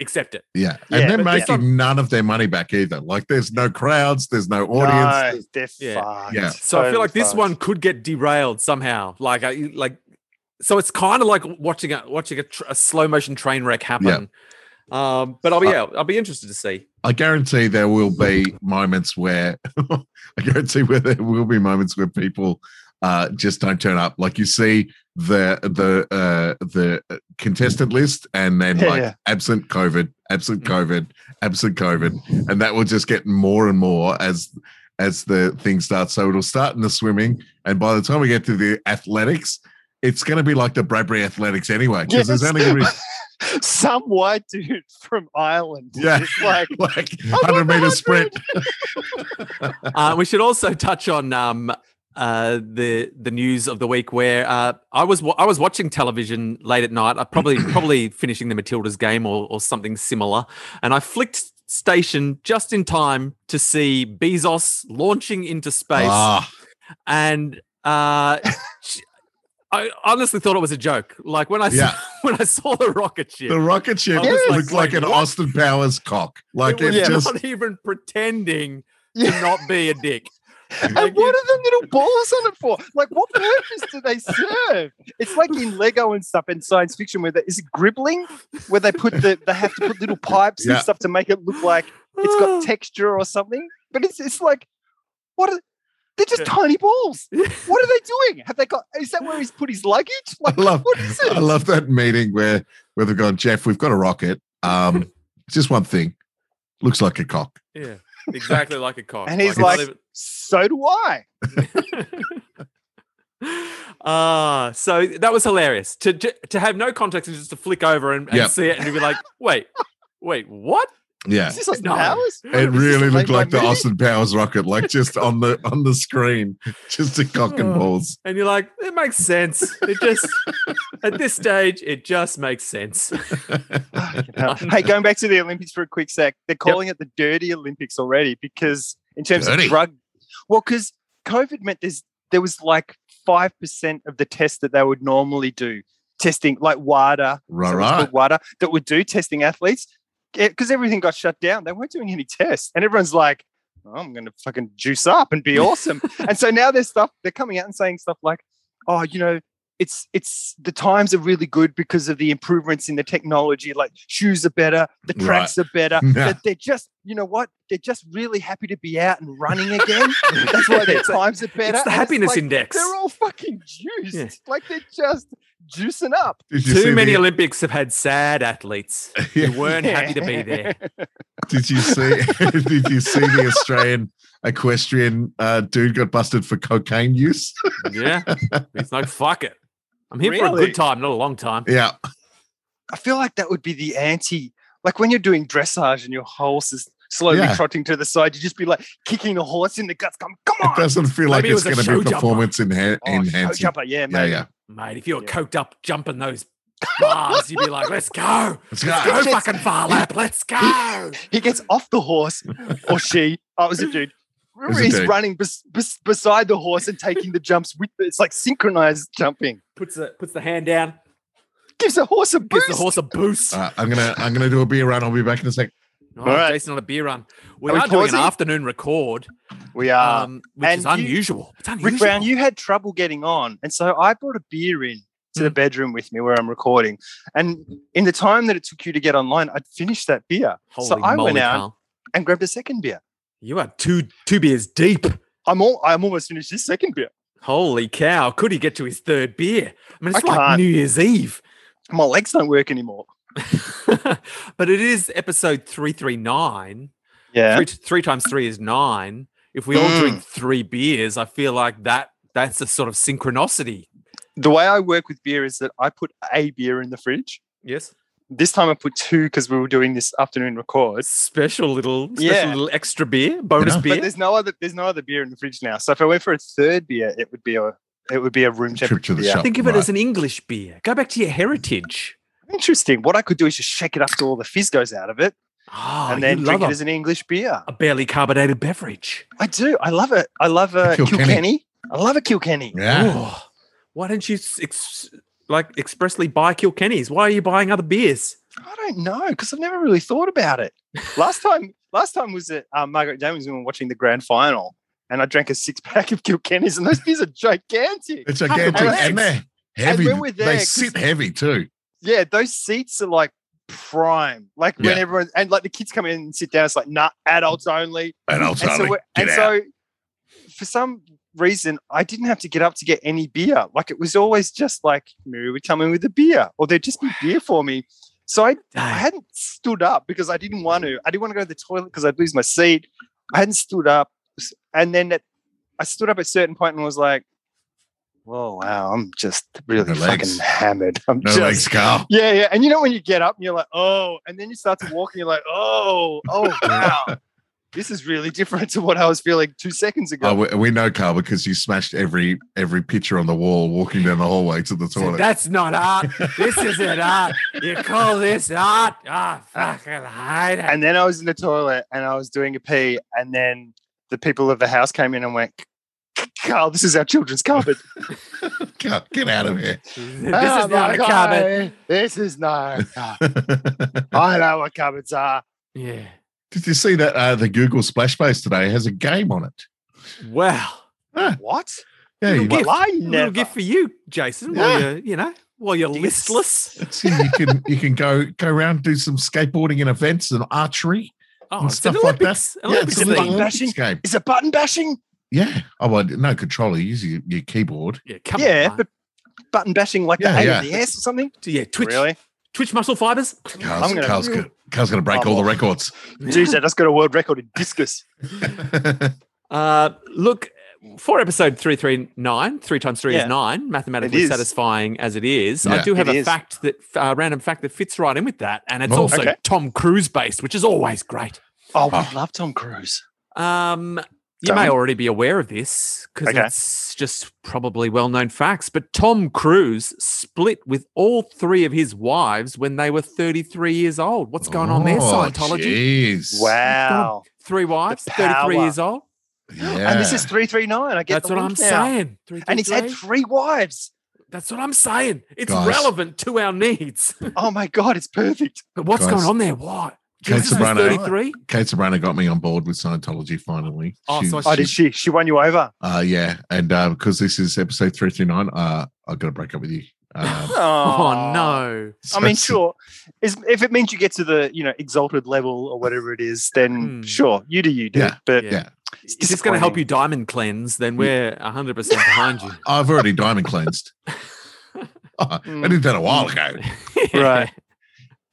Speaker 4: Accept it.
Speaker 2: Yeah.
Speaker 3: Yeah,
Speaker 2: and they're
Speaker 3: but this
Speaker 2: making none of their money back either. Like there's no crowds, there's no audience.
Speaker 3: No, they're
Speaker 4: Yeah.
Speaker 3: fucked.
Speaker 2: Yeah.
Speaker 4: So I feel
Speaker 3: Totally
Speaker 4: like this
Speaker 3: fucked.
Speaker 4: one could get derailed somehow. Like I like so it's kind of like watching a watching a, tr- a slow motion train wreck happen. Um, but I'll be yeah, I'll be interested to see.
Speaker 2: I guarantee there will be moments where I guarantee where there will be moments where people uh, just don't turn up. Like you see the the uh, the contestant list, and then
Speaker 3: Yeah,
Speaker 2: like
Speaker 3: yeah.
Speaker 2: absent COVID, absent COVID, absent COVID, and that will just get more and more as as the thing starts. So it'll start in the swimming, and by the time we get to the athletics, it's going to be like the Bradbury athletics anyway, because there's
Speaker 3: Yes.
Speaker 2: only going to be
Speaker 3: Some white dude from Ireland. was
Speaker 2: Yeah.
Speaker 3: just like
Speaker 2: like
Speaker 3: want
Speaker 2: hundred
Speaker 3: the
Speaker 2: meter sprint.
Speaker 4: Uh, we should also touch on um, uh, the the news of the week where uh, I was wa- I was watching television late at night. I probably probably finishing the Matildas game or, or something similar, and I flicked station just in time to see Bezos launching into space,
Speaker 2: Ah.
Speaker 4: and uh, I honestly thought it was a joke. Like when I
Speaker 2: Yeah.
Speaker 4: saw, when I saw the rocket ship,
Speaker 2: The rocket ship
Speaker 4: I was like,
Speaker 2: looked like,
Speaker 4: wait,
Speaker 2: an
Speaker 4: what?
Speaker 2: Austin Powers cock. Like
Speaker 4: it was
Speaker 2: it, just
Speaker 4: not even pretending to
Speaker 3: yeah.
Speaker 4: not be a dick.
Speaker 3: And what are the little balls on it for? Like, what purpose do they serve? It's like in Lego and stuff and science fiction where they, is it gribbling? Where they put the they have to put little pipes
Speaker 2: Yeah. Oh.
Speaker 3: and stuff to make it look like it's got texture or something. But it's it's like what are they're just
Speaker 4: Yeah.
Speaker 3: tiny balls. What are they doing? Have they got is that where he's put his luggage? Like
Speaker 2: love-
Speaker 3: what is it?
Speaker 2: I love that meeting where where they've gone, Jeff, we've got a rocket. Um just one thing. Looks like a cock.
Speaker 4: Yeah, exactly like a cock.
Speaker 3: And he's
Speaker 4: it's not
Speaker 3: like- so do I.
Speaker 4: even- Ah, so that was hilarious to to, to have no context and just to flick over and, and
Speaker 2: Yep.
Speaker 4: see it and to be like, wait, wait, what?
Speaker 2: Yeah.
Speaker 3: Is this Austin
Speaker 4: No.
Speaker 3: Powers?
Speaker 2: It
Speaker 3: Is this
Speaker 2: really
Speaker 3: a
Speaker 2: looked
Speaker 3: late-night
Speaker 2: like the
Speaker 3: movie?
Speaker 2: Austin Powers rocket, like just on the on the screen, just a cock and
Speaker 4: Oh.
Speaker 2: balls.
Speaker 4: And you're like, it makes sense. It just at this stage, it just makes sense. Um,
Speaker 3: Fucking hell. hey, going back to the Olympics for a quick sec, they're calling it the dirty Olympics already because in terms
Speaker 2: Dirty?
Speaker 3: of drug, well, because COVID meant there's there was like five percent of the tests that they would normally do testing, like WADA,
Speaker 2: Right,
Speaker 3: so it's
Speaker 2: right.
Speaker 3: called WADA, that would do testing athletes because everything got shut down. They weren't doing any tests, and everyone's like. "Oh, I'm going to fucking juice up and be awesome. and so now there's stuff, they're coming out and saying stuff like, oh, you know, it's it's the times are really good because of the improvements in the technology. Like shoes are better, the
Speaker 2: Right.
Speaker 3: tracks are better.
Speaker 2: Yeah.
Speaker 3: That they're just, you know what? They're just really happy to be out and running again. That's why their
Speaker 4: It's a-
Speaker 3: times are better.
Speaker 4: it's the
Speaker 3: And
Speaker 4: happiness
Speaker 3: like,
Speaker 4: index.
Speaker 3: They're all fucking juiced.
Speaker 4: Yeah.
Speaker 3: Like they're just juicing up.
Speaker 2: Did you see
Speaker 4: Too many
Speaker 2: the-
Speaker 4: Olympics have had sad athletes who weren't happy to be there.
Speaker 2: Did you see? did you see the Australian equestrian uh, dude got busted for cocaine use?
Speaker 4: Yeah, it's like fuck it. I'm here for a
Speaker 3: Really?
Speaker 4: good time, not a long time.
Speaker 2: Yeah,
Speaker 3: I feel like that would be the anti. Like when you're doing dressage and your horse is slowly
Speaker 2: Yeah.
Speaker 3: trotting to the side, you just be like kicking the horse in the guts. Come, come
Speaker 2: it
Speaker 3: on!
Speaker 2: doesn't feel like
Speaker 4: Maybe it
Speaker 2: it's going
Speaker 4: was a
Speaker 2: to be
Speaker 4: showjumper.
Speaker 2: performance enha-
Speaker 3: Oh, show
Speaker 2: enhancing.
Speaker 3: jumper, yeah,
Speaker 2: Yeah,
Speaker 3: man.
Speaker 2: yeah.
Speaker 4: Mate, if you were
Speaker 3: Yeah.
Speaker 4: coked up jumping those bars, you'd be like, let's go.
Speaker 2: Let's
Speaker 4: Let's
Speaker 2: go.
Speaker 4: go, fucking far lap. Let's go.
Speaker 3: He gets off the horse, or she. I was a dude.
Speaker 2: was a
Speaker 3: He's
Speaker 2: dude.
Speaker 3: running bes- bes- beside the horse and taking the jumps with. The, it's like synchronized jumping.
Speaker 4: Puts the, puts the hand down,
Speaker 3: Gives the horse a
Speaker 4: gives
Speaker 3: boost.
Speaker 4: the horse a boost.
Speaker 2: Uh, I'm gonna I'm gonna do a beer run. I'll be back in a sec.
Speaker 4: oh,
Speaker 3: all right.
Speaker 4: Jason on a beer run. We
Speaker 3: Are
Speaker 4: are,
Speaker 3: we
Speaker 4: doing an
Speaker 3: pausing?
Speaker 4: afternoon record,
Speaker 3: We are.
Speaker 4: um, which is
Speaker 3: and you-
Speaker 4: unusual. It's unusual.
Speaker 3: Rick Brown, you had trouble getting on, and so I brought a beer in to the bedroom with me where I'm recording. And in the time that it took you to get online, I'd finished that beer.
Speaker 4: Holy
Speaker 3: so I
Speaker 4: moly,
Speaker 3: went out
Speaker 4: Carl.
Speaker 3: and grabbed a second beer.
Speaker 4: You are two two beers deep.
Speaker 3: I'm all, I'm almost finished this second beer.
Speaker 4: Holy cow! Could he get to his third beer? I mean, it's
Speaker 3: I
Speaker 4: like
Speaker 3: can't.
Speaker 4: New Year's Eve.
Speaker 3: My legs don't work anymore.
Speaker 4: but it is episode three three nine.
Speaker 3: Yeah. Mm.
Speaker 4: Three, three times three is nine. If we all drink three beers, I feel like that that's a sort of synchronicity.
Speaker 3: The way I work with beer is that I put a beer in the fridge.
Speaker 4: Yes.
Speaker 3: This time I put two because we were doing this afternoon record.
Speaker 4: Special little special
Speaker 3: Yeah.
Speaker 4: little extra beer, bonus
Speaker 2: Yeah.
Speaker 4: beer.
Speaker 3: But there's no other there's no other beer in the fridge now. So if I went for a third beer, it would be a it would be a room
Speaker 2: Trip
Speaker 3: temperature
Speaker 2: to the
Speaker 3: beer.
Speaker 2: shop.
Speaker 4: Think of it
Speaker 2: Right.
Speaker 4: as an English beer. Go back to your heritage.
Speaker 3: Interesting. What I could do is just shake it up till all the fizz goes out of it,
Speaker 4: Oh,
Speaker 3: and then
Speaker 4: you
Speaker 3: drink
Speaker 4: love
Speaker 3: it
Speaker 4: a,
Speaker 3: as an English beer.
Speaker 4: a barely carbonated beverage.
Speaker 3: I do. I love it. I love uh,
Speaker 2: Kilkenny.
Speaker 3: Kilkenny. I love a Kilkenny.
Speaker 2: Yeah.
Speaker 4: Oh, why don't you s- ex- like expressly buy Kilkenny's? Why are you buying other beers?
Speaker 3: I don't know because I've never really thought about it. Last time, last time was at um, Margaret Davies when we were watching the grand final, and I drank a six pack of Kilkennys, and those beers are gigantic.
Speaker 2: It's gigantic.
Speaker 3: And
Speaker 2: And they're heavy.
Speaker 3: when we're there,
Speaker 2: they
Speaker 3: 'cause-
Speaker 2: sit heavy too.
Speaker 3: Yeah, those seats are like prime. Like when
Speaker 2: Yeah.
Speaker 3: everyone and like the kids come in and sit down, it's like nah, adults only.
Speaker 2: And I'll
Speaker 3: And so,
Speaker 2: tell you,
Speaker 3: we're- and so for some reason, I didn't have to get up to get any beer. Like it was always just like Mary would come in with a beer, or there'd just be beer for me. So I I
Speaker 4: Dang.
Speaker 3: hadn't stood up because I didn't want to. I didn't want to go to the toilet because I'd lose my seat. I hadn't stood up. And then at, I stood up at a certain point and was like, whoa, wow, I'm just really
Speaker 2: No legs.
Speaker 3: fucking hammered. I'm
Speaker 2: No
Speaker 3: just.
Speaker 2: legs, Carl.
Speaker 3: Yeah, yeah. And you know when you get up and you're like, oh, and then you start to walk and you're like, oh, oh, wow. this is really different to what I was feeling two seconds ago.
Speaker 2: Oh, we, we know, Carl, because you smashed every every picture on the wall walking down the hallway to the
Speaker 4: So
Speaker 2: toilet.
Speaker 4: that's not art. this isn't art. You call this art? Ah, fucking hide it.
Speaker 3: and then I was in the toilet and I was doing a pee, and then the people of the house came in and went, Carl, this is our children's carpet.
Speaker 2: Carl, get out of here.
Speaker 4: this is
Speaker 3: Ah,
Speaker 4: not a cabin.
Speaker 3: Oh This is not.
Speaker 2: Did
Speaker 3: I know what cupboards are.
Speaker 4: Yeah.
Speaker 2: you see that uh, the Google Splash Base today has a game on it?
Speaker 4: Wow.
Speaker 3: What?
Speaker 2: Yeah, you,
Speaker 4: Little gift.
Speaker 3: Well, I
Speaker 4: A little
Speaker 3: never.
Speaker 4: gift for you, Jason. While you're, you know, while you're
Speaker 3: Yes.
Speaker 4: listless.
Speaker 2: see, you can you can go go around do some skateboarding and events and archery.
Speaker 4: Oh,
Speaker 2: And
Speaker 4: it's an
Speaker 2: stuff like that.
Speaker 4: Olympics. An
Speaker 2: Yeah, it's
Speaker 4: Olympics
Speaker 2: a
Speaker 3: Olympic
Speaker 4: thing.
Speaker 2: little
Speaker 3: thing.
Speaker 2: Olympics game.
Speaker 3: Is it button bashing?
Speaker 2: Yeah. Oh, well, no controller. Use your, your keyboard.
Speaker 4: Yeah, come
Speaker 3: yeah,
Speaker 4: on.
Speaker 3: but button bashing like
Speaker 2: Yeah,
Speaker 3: the A
Speaker 2: yeah.
Speaker 3: of the S or something.
Speaker 4: yeah, twitch,
Speaker 3: Really?
Speaker 4: twitch muscle fibers.
Speaker 2: Carl's,
Speaker 3: I'm gonna-
Speaker 2: Carl's, gonna, Carl's gonna break
Speaker 3: I'm
Speaker 2: all the
Speaker 3: off.
Speaker 2: records.
Speaker 3: Jeez, I just got a world record in discus.
Speaker 4: Uh, look, for episode 339, three times three
Speaker 3: Yeah.
Speaker 4: is nine, mathematically
Speaker 3: is.
Speaker 4: satisfying as it is.
Speaker 2: Yeah.
Speaker 4: I do have
Speaker 3: It
Speaker 4: a
Speaker 3: is.
Speaker 4: fact that, uh, random fact that fits right in with that. And it's
Speaker 2: Oh,
Speaker 4: also
Speaker 3: okay.
Speaker 4: Tom Cruise based, which is always great.
Speaker 3: Oh,
Speaker 2: Oh.
Speaker 3: we love Tom Cruise.
Speaker 4: Um, you
Speaker 3: Don't.
Speaker 4: may already be aware of this because
Speaker 3: Okay.
Speaker 4: it's just probably well known facts. But Tom Cruise split with all three of his wives when they were 33 years old. What's going on there,
Speaker 2: Oh,
Speaker 4: Scientology?
Speaker 2: jeez.
Speaker 3: Wow.
Speaker 4: Three wives, 33
Speaker 3: power.
Speaker 4: years old.
Speaker 2: Yeah.
Speaker 3: And this is 339. I get
Speaker 4: That's
Speaker 3: the
Speaker 4: what I'm
Speaker 3: link now.
Speaker 4: saying.
Speaker 3: And he's had
Speaker 4: 333.
Speaker 3: three wives.
Speaker 4: That's what I'm saying. It's
Speaker 2: Guys.
Speaker 4: relevant to our needs.
Speaker 3: Oh my God, it's perfect.
Speaker 4: But what's
Speaker 2: Guys.
Speaker 4: going on there? What?
Speaker 2: Kate
Speaker 4: Jesus was
Speaker 2: Sobrano.
Speaker 4: 33?
Speaker 2: Kate Sabrina got me on board with Scientology finally.
Speaker 4: Oh, so I
Speaker 3: Oh, did she? She won you over.
Speaker 2: Uh, yeah, and because this is episode three three nine, uh, I've got to break up with you. Um,
Speaker 4: Oh, no.
Speaker 2: so
Speaker 3: I mean,
Speaker 2: it's-
Speaker 3: sure. Is if it means you get to the you know exalted level or whatever it is, then
Speaker 4: Hmm.
Speaker 3: sure, you do you do.
Speaker 2: Yeah.
Speaker 3: But
Speaker 2: Yeah.
Speaker 4: If it's going to help you diamond cleanse, then we're 100% behind you.
Speaker 2: I've already diamond cleansed. Oh, I did that a while
Speaker 3: Hmm.
Speaker 2: ago.
Speaker 3: Right.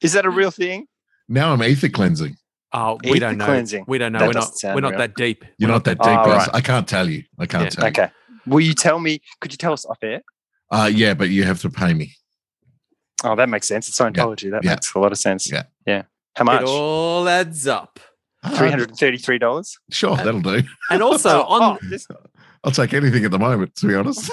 Speaker 3: is that a real thing?
Speaker 2: Now I'm ether cleansing.
Speaker 4: Oh, we
Speaker 3: Ether
Speaker 4: don't know.
Speaker 3: cleansing.
Speaker 4: We don't know.
Speaker 3: That
Speaker 4: we're
Speaker 3: doesn't
Speaker 4: not.
Speaker 3: sound
Speaker 4: We're not
Speaker 3: real.
Speaker 4: that deep.
Speaker 2: You're
Speaker 4: We're
Speaker 2: not that deep,
Speaker 3: Oh,
Speaker 2: guys.
Speaker 3: right.
Speaker 2: I can't tell you. I can't
Speaker 4: Yeah,
Speaker 2: tell you.
Speaker 3: Okay. Will you tell me? Could you tell us off air?
Speaker 2: Uh, yeah, but you have to pay me.
Speaker 3: Oh, that makes sense. It's Scientology. That
Speaker 2: Yeah.
Speaker 3: makes a lot of sense.
Speaker 2: Yeah.
Speaker 3: Yeah. How
Speaker 4: It
Speaker 3: much?
Speaker 4: all adds up.
Speaker 2: Uh,
Speaker 3: Three hundred Uh, and thirty-three dollars. Oh,
Speaker 2: Sure, that'll do.
Speaker 4: And also on
Speaker 2: I'll take anything at the moment, to be honest.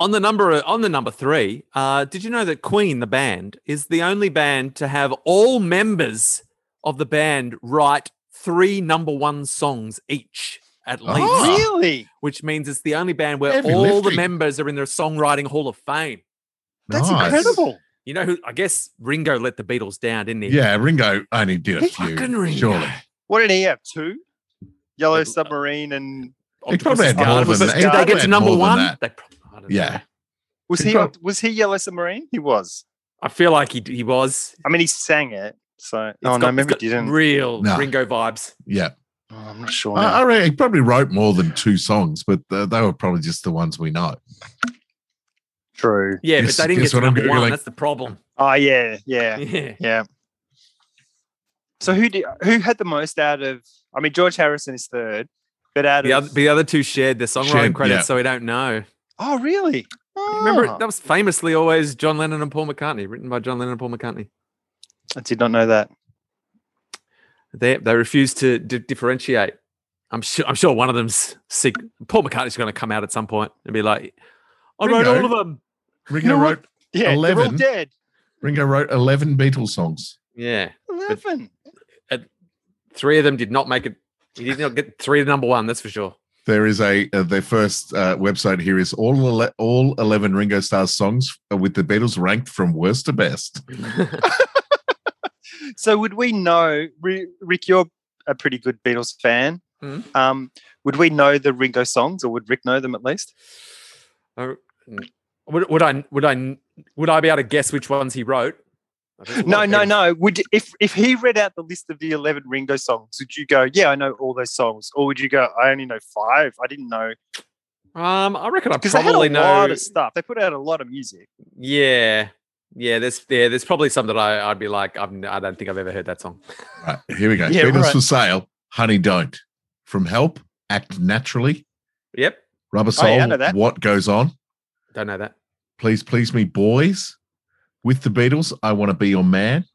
Speaker 4: on the number on the number three. Uh, did you know that Queen, the band, is the only band to have all members of the band write three number one songs each at
Speaker 2: Oh.
Speaker 4: least,
Speaker 3: really?
Speaker 4: which means it's the only band where
Speaker 2: Heavy
Speaker 4: all the
Speaker 2: lifting.
Speaker 4: members are in the songwriting Hall of Fame.
Speaker 3: That's
Speaker 2: Nice.
Speaker 3: incredible.
Speaker 4: You know who? I guess Ringo let the Beatles down, didn't he?
Speaker 2: Yeah, Ringo only did a few.
Speaker 4: Fucking Ringo.
Speaker 2: Surely.
Speaker 3: What did he have? Two, Yellow
Speaker 4: Like, uh,
Speaker 3: Submarine, and
Speaker 2: He probably
Speaker 4: Octopus's
Speaker 2: had more
Speaker 4: Garden.
Speaker 2: than
Speaker 4: Was it-
Speaker 2: that. He
Speaker 4: Did they
Speaker 2: probably
Speaker 4: get to
Speaker 2: had
Speaker 4: number
Speaker 2: more than
Speaker 4: one?
Speaker 2: that.
Speaker 4: They pro- I don't
Speaker 2: Yeah.
Speaker 4: know.
Speaker 3: was
Speaker 2: He
Speaker 3: he
Speaker 2: prob-
Speaker 3: was he Yellow Submarine? He was.
Speaker 4: I feel like he, he was.
Speaker 3: I mean, he sang it. So
Speaker 4: It's
Speaker 3: oh
Speaker 4: got-
Speaker 3: no,
Speaker 4: it's
Speaker 3: maybe
Speaker 4: got
Speaker 3: it didn't.
Speaker 4: Real
Speaker 2: No.
Speaker 4: Ringo vibes.
Speaker 2: Yeah.
Speaker 3: Oh, I'm not sure. now.
Speaker 2: I, I reckon he probably wrote more than two songs, but uh, they were probably just the ones we know.
Speaker 3: True.
Speaker 4: Yeah,
Speaker 2: Guess-
Speaker 4: but they didn't
Speaker 2: guess
Speaker 4: get to
Speaker 2: what I'm
Speaker 4: number
Speaker 2: Googling?
Speaker 4: one. That's the problem.
Speaker 3: Oh yeah, yeah,
Speaker 4: Yeah.
Speaker 3: yeah. So who did who had the most out of? I mean, George Harrison is third, but out
Speaker 4: The other,
Speaker 3: of
Speaker 4: the other two shared their songwriting
Speaker 2: Shared,
Speaker 4: credits,
Speaker 2: yeah.
Speaker 4: so we don't know.
Speaker 3: oh really?
Speaker 4: Remember,
Speaker 3: Oh,
Speaker 4: that was famously always John Lennon and Paul McCartney, written by John Lennon and Paul McCartney.
Speaker 3: I did not know that.
Speaker 4: They they refused to di- differentiate. I'm sure I'm sure one of them's sick. Paul McCartney's going to come out at some point and be like, "I wrote all
Speaker 2: Ringo.
Speaker 4: of them."
Speaker 2: Ringo
Speaker 3: know what?
Speaker 2: wrote
Speaker 3: Yeah, they're all
Speaker 2: 11.
Speaker 3: dead.
Speaker 2: Ringo wrote eleven Beatles songs.
Speaker 4: Yeah,
Speaker 3: Eleven.
Speaker 4: three of them did not make it. He did not get three to number one. That's for sure.
Speaker 2: There is a uh, their first uh, website here is all ele- all eleven Ringo Starr songs uh, with the Beatles ranked from worst to best.
Speaker 3: So would we know, Ri- Rick? You're a pretty good Beatles fan.
Speaker 4: Mhm.
Speaker 3: Um, would we know the Ringo songs, or would Rick know them at least?
Speaker 4: I- would, would I would I would I be able to guess which ones he wrote? I think it's a
Speaker 3: No,
Speaker 4: lot
Speaker 3: no,
Speaker 4: of
Speaker 3: no. Would you- if if he read out the list of the eleven Ringo songs, would you go, "Yeah, I know all those songs," or would you go, "I only know five. I didn't know
Speaker 4: people. Um, I reckon I
Speaker 3: because they had a
Speaker 4: probably know.
Speaker 3: lot of stuff. They put out a lot of music.
Speaker 4: Yeah. Yeah, there's yeah, there's probably some that I, I'd be like, I'm, I don't think I've ever heard that song.
Speaker 2: Right, here we go.
Speaker 3: Yeah,
Speaker 2: Beatles
Speaker 3: right.
Speaker 2: for sale. Honey, don't. From Help, Act Naturally,
Speaker 4: Yep,
Speaker 2: Rubber
Speaker 3: Oh,
Speaker 2: Soul.
Speaker 3: yeah, I know that.
Speaker 2: What goes on?
Speaker 4: don't know that.
Speaker 2: Please, please me, boys. With the Beatles, I want to be your man.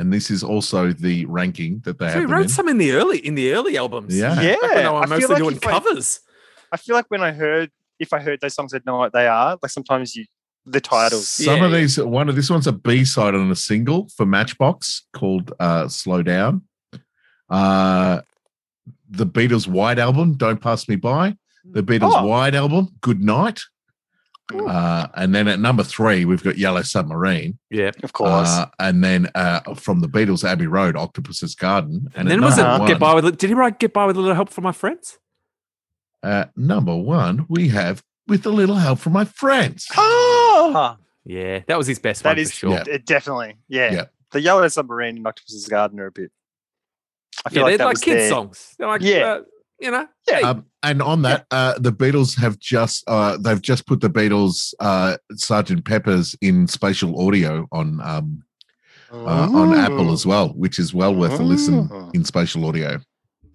Speaker 2: And this is also the ranking that they
Speaker 4: So he
Speaker 2: have. them
Speaker 4: wrote
Speaker 2: in.
Speaker 4: some in the early in the early albums.
Speaker 2: Yeah.
Speaker 3: Yeah,
Speaker 4: Back when they were
Speaker 3: I feel
Speaker 4: mostly
Speaker 3: like
Speaker 4: doing
Speaker 3: if I-
Speaker 4: covers.
Speaker 3: I feel like when I heard, if I heard those songs, I'd know what they are. Like sometimes you, the titles.
Speaker 2: Some
Speaker 4: Yeah,
Speaker 2: of
Speaker 4: yeah.
Speaker 2: these, one of this one's a B side on a single for Matchbox called uh, "Slow Down." Uh, the Beatles' White Album, "Don't Pass Me By."
Speaker 4: Mm.
Speaker 2: The Beatles'
Speaker 3: Oh.
Speaker 2: White Album, "Good Night."
Speaker 3: Ooh.
Speaker 2: Uh, and then at number three, we've got Yellow Submarine.
Speaker 4: Yeah.
Speaker 3: Of course.
Speaker 2: Uh, and then uh, from the Beatles, Abbey Road, Octopus's Garden.
Speaker 4: And, then was it
Speaker 3: number
Speaker 4: Get By with Li- Did he write Get By with a Little Help from My Friends?
Speaker 2: At uh, number one, we have With a Little Help from My Friends.
Speaker 3: oh,
Speaker 4: Yeah, that was his best one
Speaker 3: that
Speaker 4: for
Speaker 3: is
Speaker 4: sure.
Speaker 2: yeah.
Speaker 3: d- definitely yeah.
Speaker 2: Yeah.
Speaker 3: The Yellow Submarine and Octopus's Garden are a bit. I
Speaker 4: Yeah,
Speaker 3: feel like
Speaker 4: they're
Speaker 3: that
Speaker 4: like
Speaker 3: was
Speaker 4: kids'
Speaker 3: their-
Speaker 4: songs. They're like
Speaker 3: Yeah.
Speaker 4: uh, you know,
Speaker 3: Yeah.
Speaker 4: hey,
Speaker 2: Um, and on that, uh, the Beatles have just uh, they've just put the Beatles uh, Sergeant Pepper's in spatial audio on um, uh, on Apple as well, which is well worth a listen
Speaker 3: Ooh.
Speaker 2: in spatial audio.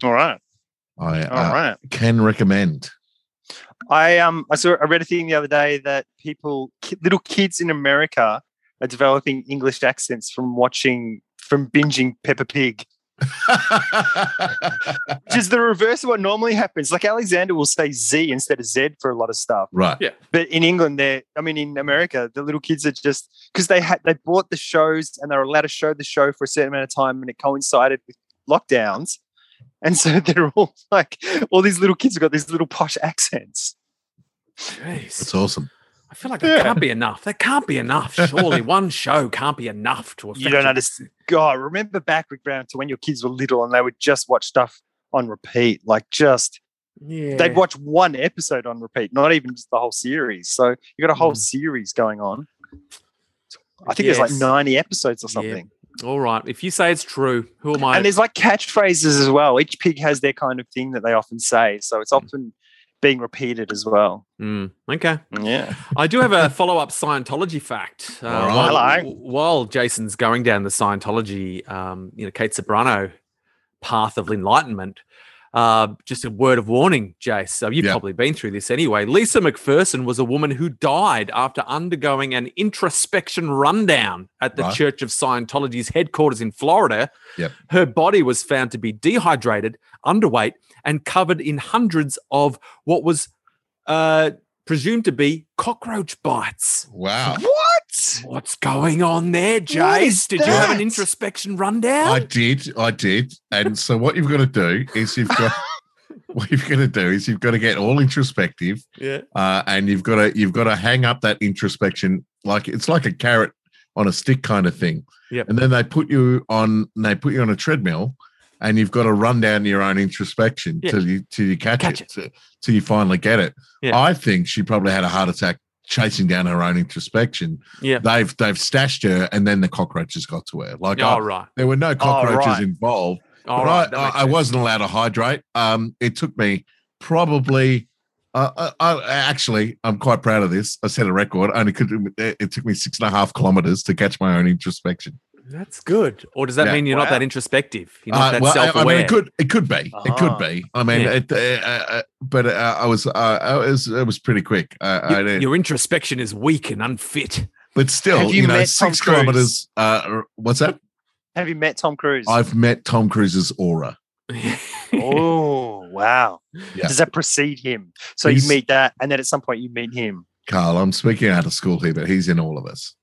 Speaker 3: All right.
Speaker 2: I
Speaker 3: all
Speaker 2: uh,
Speaker 3: right.
Speaker 2: can recommend.
Speaker 3: I um I saw I read a thing the other day that people ki- little kids in America are developing English accents from watching from binging Peppa Pig, which is the reverse of what normally happens. Like Alexander will say Z instead of Z for a lot of stuff,
Speaker 2: right,
Speaker 3: but in England, they're I mean in America, the little kids are just because they had they bought the shows and they're allowed to show the show for a certain amount of time, and it coincided with lockdowns, and so they're all like all these little kids have got these little posh accents.
Speaker 4: jeez.
Speaker 2: that's awesome.
Speaker 4: I feel like that
Speaker 3: Yeah.
Speaker 4: can't be enough. That can't be enough. Surely one show can't be enough to affect
Speaker 3: You don't
Speaker 4: your-
Speaker 3: understand. God, remember back, Rick Brown, to when your kids were little and they would just watch stuff on repeat. Like just
Speaker 4: Yeah.
Speaker 3: they'd watch one episode on repeat, not even just the whole series. So you got a whole
Speaker 4: Mm.
Speaker 3: series going on. I think there's like
Speaker 4: Yes.
Speaker 3: 90 episodes or
Speaker 4: Yeah.
Speaker 3: something.
Speaker 4: All right. If you say it's true, who am I?
Speaker 3: And there's like catchphrases as well. Each pig has their kind of thing that they often say. So
Speaker 2: Hmm.
Speaker 3: it's often being repeated as well.
Speaker 4: Mm, okay.
Speaker 3: Yeah.
Speaker 4: I do have a follow up Scientology fact. Uh,
Speaker 2: All right.
Speaker 4: while,
Speaker 3: Hello.
Speaker 4: while Jason's going down the Scientology, um, you know, Kate Sobrano path of enlightenment, uh, just a word of warning, Jace. So you've
Speaker 2: Yeah.
Speaker 4: probably been through this anyway. Lisa McPherson was a woman who died after undergoing an introspection rundown at the
Speaker 2: Right.
Speaker 4: Church of Scientology's headquarters in Florida.
Speaker 2: Yep.
Speaker 4: Her body was found to be dehydrated, underweight, and covered in hundreds of what was uh, presumed to be cockroach bites.
Speaker 2: Wow,
Speaker 3: What?
Speaker 4: What's going on there,
Speaker 3: What is
Speaker 4: Jace? Did you have an
Speaker 3: that?
Speaker 4: introspection rundown?
Speaker 2: I did, I did. And so what you've got to do is you've got what you've got to do is you've got to get all introspective
Speaker 4: yeah.
Speaker 2: uh, and you've got to you've got to hang up that introspection like it's like a carrot on a stick kind of thing.
Speaker 4: Yep.
Speaker 2: And then they put you on they put you on a treadmill, and you've got to run down your own introspection
Speaker 4: Yeah.
Speaker 2: till you till you catch,
Speaker 4: Catch
Speaker 2: it, till- till you finally get it.
Speaker 4: Yeah.
Speaker 2: I think she probably had a heart attack chasing down her own introspection.
Speaker 4: Yeah.
Speaker 2: They've they've stashed her, and then the cockroaches got to her. Like I-
Speaker 4: oh, right.
Speaker 2: there were no cockroaches
Speaker 3: right.
Speaker 2: involved.
Speaker 4: All
Speaker 2: but
Speaker 4: right. that
Speaker 2: I,
Speaker 4: makes
Speaker 2: I, I
Speaker 4: sense.
Speaker 2: wasn't allowed to hydrate. Um, it took me probably. Uh, I, I actually, I'm quite proud of this. I set a record. Only could it, it took me six and a half kilometers to catch my own introspection.
Speaker 4: That's good. Or does that
Speaker 2: Yeah.
Speaker 4: mean you're not
Speaker 3: Wow.
Speaker 4: that introspective? You're not
Speaker 2: Uh,
Speaker 4: that
Speaker 2: well, I- I,
Speaker 4: self-aware. Uh-huh.
Speaker 2: mean, it could it could be it
Speaker 3: Ah.
Speaker 2: could be. I mean,
Speaker 4: Yeah.
Speaker 2: it, uh, uh, uh, but uh, I was uh, I was it was pretty quick. Uh, I
Speaker 4: your,
Speaker 2: didn't-
Speaker 4: your introspection is weak and unfit.
Speaker 2: but still,
Speaker 3: Have
Speaker 2: you,
Speaker 3: you
Speaker 2: know,
Speaker 3: met Tom
Speaker 2: six
Speaker 3: Cruise?
Speaker 2: kilometers. Uh, what's that?
Speaker 3: Have you met Tom Cruise?
Speaker 2: I've met Tom Cruise's aura.
Speaker 3: oh wow!
Speaker 2: Yeah.
Speaker 3: Does that precede him? So
Speaker 2: He's-
Speaker 3: you meet that, and then at some point you meet him.
Speaker 2: Carl, I'm speaking out of school here, but he's in all of us.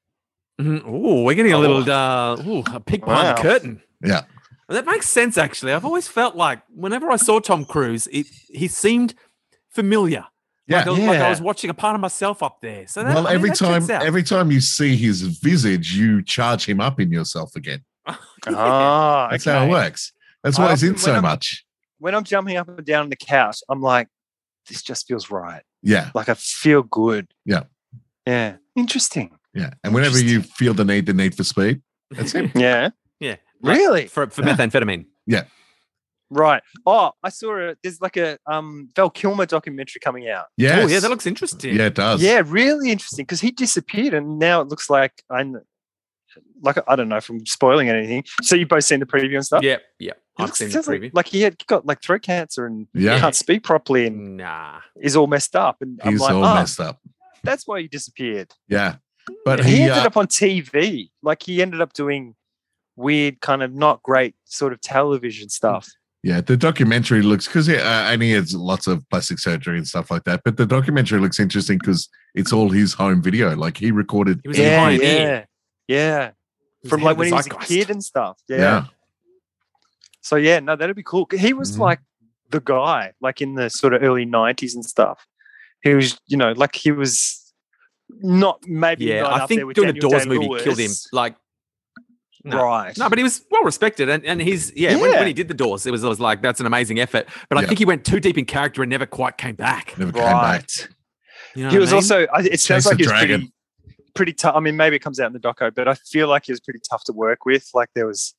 Speaker 4: Mhm. Ooh, we're getting a
Speaker 3: Oh.
Speaker 4: little uh, ooh, a peek behind
Speaker 3: Wow.
Speaker 4: the curtain.
Speaker 2: Yeah.
Speaker 4: Well, that makes sense. Actually, I've always felt like whenever I saw Tom Cruise, it, he seemed familiar.
Speaker 2: Yeah.
Speaker 4: like, I was, like I
Speaker 3: Yeah.
Speaker 4: was watching a part of myself up there. So that,
Speaker 2: well,
Speaker 4: I mean,
Speaker 2: every
Speaker 4: that checks
Speaker 2: time
Speaker 4: out.
Speaker 2: every time you see his visage, you charge him up in yourself again. Oh.
Speaker 4: Yeah.
Speaker 3: Ah,
Speaker 2: That's
Speaker 3: okay.
Speaker 2: how it works. That's why
Speaker 3: I
Speaker 2: he's in
Speaker 3: often-
Speaker 2: so
Speaker 3: when I'm-
Speaker 2: much.
Speaker 3: When I'm jumping up and down on the couch, I'm like, this just feels right.
Speaker 2: Yeah,
Speaker 3: Like I feel good.
Speaker 2: Yeah.
Speaker 3: Yeah. Interesting.
Speaker 2: yeah. And whenever you feel the need, the need for speed, that's him.
Speaker 3: Yeah.
Speaker 4: Yeah. Like,
Speaker 3: Really?
Speaker 4: for for
Speaker 2: Yeah.
Speaker 4: methamphetamine.
Speaker 3: Right. Oh, I saw a there's like a um Val Kilmer documentary coming out.
Speaker 2: Yes.
Speaker 4: Oh yeah, that looks interesting.
Speaker 2: yeah, it does.
Speaker 3: Yeah, really interesting because he disappeared and now it looks like I'm like I don't know from spoiling anything. So you both seen the preview and stuff?
Speaker 4: yeah, yeah.
Speaker 3: It
Speaker 4: I've
Speaker 3: looks-
Speaker 4: seen the
Speaker 3: sounds like,
Speaker 4: preview.
Speaker 3: like he had got like throat cancer and
Speaker 2: yeah.
Speaker 3: can't speak properly and
Speaker 4: nah.
Speaker 3: is all messed up. And I'm
Speaker 2: He's
Speaker 3: like,
Speaker 2: all
Speaker 3: "Ah,
Speaker 2: messed up.
Speaker 3: that's why you disappeared.
Speaker 2: Yeah, but
Speaker 3: he,
Speaker 2: he,
Speaker 3: ended
Speaker 2: uh,
Speaker 3: up on TV. Like he ended up doing weird, kind of not great sort of television stuff.
Speaker 2: yeah, the documentary looks because uh, and he has lots of plastic surgery and stuff like that. But the documentary looks interesting because it's all his home video. Like he recorded.
Speaker 4: He was a pioneer.
Speaker 3: yeah, yeah.
Speaker 4: He was
Speaker 3: From
Speaker 4: ahead
Speaker 3: like
Speaker 4: of
Speaker 3: when
Speaker 4: the
Speaker 3: he was a
Speaker 4: zeitgeist.
Speaker 3: kid and stuff. Yeah.
Speaker 2: yeah,
Speaker 3: So yeah, no, that'd be cool. He was
Speaker 2: Mhm.
Speaker 4: Mm-hmm.
Speaker 3: like the guy, like in the sort of early '90s and stuff. He was, you know, like he was not maybe.
Speaker 4: Yeah,
Speaker 3: not
Speaker 4: I
Speaker 3: up there
Speaker 4: think
Speaker 3: with
Speaker 4: doing a
Speaker 3: Daniel
Speaker 4: Doors movie
Speaker 3: Day-Lewis.
Speaker 4: killed him. Like, no.
Speaker 3: Right.
Speaker 4: no, but he was well respected, and and he's yeah. When,
Speaker 3: Yeah.
Speaker 4: when he did the Doors, it was, it was like that's an amazing effort. But I
Speaker 2: Yeah.
Speaker 4: think he went too deep in character and never quite came back.
Speaker 2: never came back.
Speaker 3: right.
Speaker 4: You know
Speaker 3: he
Speaker 4: what I
Speaker 3: was
Speaker 4: mean?
Speaker 3: also. I- It sounds
Speaker 2: the
Speaker 3: like he was
Speaker 2: Dragon.
Speaker 3: pretty, pretty tough. I mean, maybe it comes out in the doco, but I feel like he was pretty tough to work with. Like there was,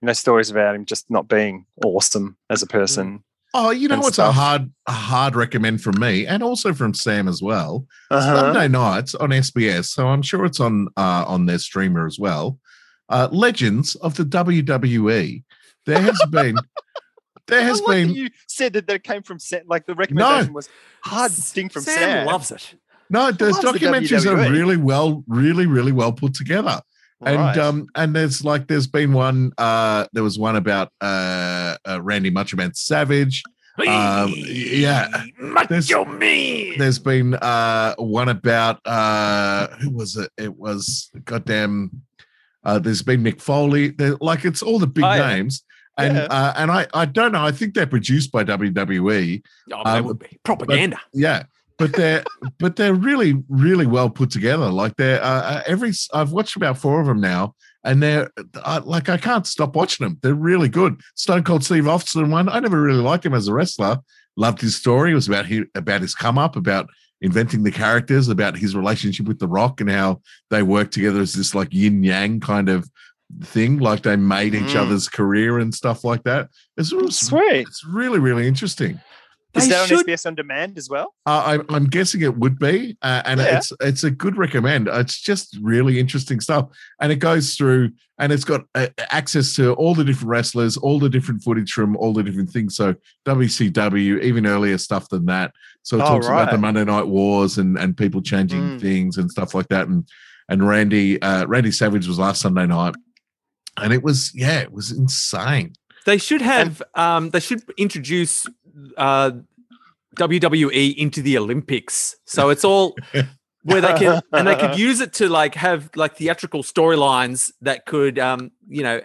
Speaker 3: you know, stories about him just not being awesome as a person.
Speaker 4: Mm.
Speaker 2: Oh, you know
Speaker 3: and
Speaker 2: what's a
Speaker 3: stuff.
Speaker 2: hard a hard recommend from me and also from Sam as well. It's
Speaker 3: Uh-huh.
Speaker 2: Monday nights on SBS, so I'm sure it's on uh, on their streamer as well. Uh, Legends of the WWE. There has been there
Speaker 3: I
Speaker 2: has
Speaker 3: like that
Speaker 2: been
Speaker 3: you said that that came from Sam. Like the recommendation was hard
Speaker 4: S-
Speaker 3: thing from
Speaker 4: Sam,
Speaker 3: Sam.
Speaker 4: loves it.
Speaker 2: no those
Speaker 3: loves the E.
Speaker 2: documentaries are
Speaker 3: WWE.
Speaker 2: really well really really well put together. and
Speaker 3: Right.
Speaker 2: um and there's like there's been one uh there was one about uh, uh Randy Macho Man Savage. Um, yeah.
Speaker 4: Macho Man.
Speaker 2: There's been uh one about uh who was it? It was goddamn uh there's been Mick Foley. There, like it's all the big
Speaker 3: Oh, yeah.
Speaker 2: names. And
Speaker 3: Yeah.
Speaker 2: uh, and I I don't know. I think they're produced by WWE.
Speaker 4: Oh,
Speaker 2: um,
Speaker 4: that would be propaganda.
Speaker 2: Yeah. But they're but they're really really well put together. Like they're uh, uh, every s- I've watched about four of them now, and they're uh, like I can't stop watching them. They're really good. Stone Cold Steve Austin one. I never really liked him as a wrestler. Loved his story. It was about his, about his come up, about inventing the characters, about his relationship with The Rock, and how they work together as this like yin yang kind of thing. Like they made each
Speaker 3: Mm.
Speaker 2: other's career and stuff like that. It's, it's,
Speaker 3: Sweet.
Speaker 2: it's really really interesting.
Speaker 3: Is
Speaker 4: They
Speaker 3: that
Speaker 4: should-
Speaker 3: on SBS on demand as well?
Speaker 2: Uh, I'm, I'm guessing it would be, uh, and
Speaker 3: Yeah.
Speaker 2: it's it's a good recommend. It's just really interesting stuff, and it goes through, and it's got uh, access to all the different wrestlers, all the different footage from all the different things. So WCW, even earlier stuff than that. So it
Speaker 3: Oh,
Speaker 2: talks about the
Speaker 3: right.
Speaker 2: Monday Night Wars and and people changing
Speaker 3: Mm.
Speaker 2: things and stuff like that. And and Randy uh, Randy Savage was last Sunday night, and it was yeah, it was insane.
Speaker 4: They should have. um, they should introduce uh, WWE into the Olympics, so it's all where they can and they could use it to like have like theatrical storylines that could, um, you know,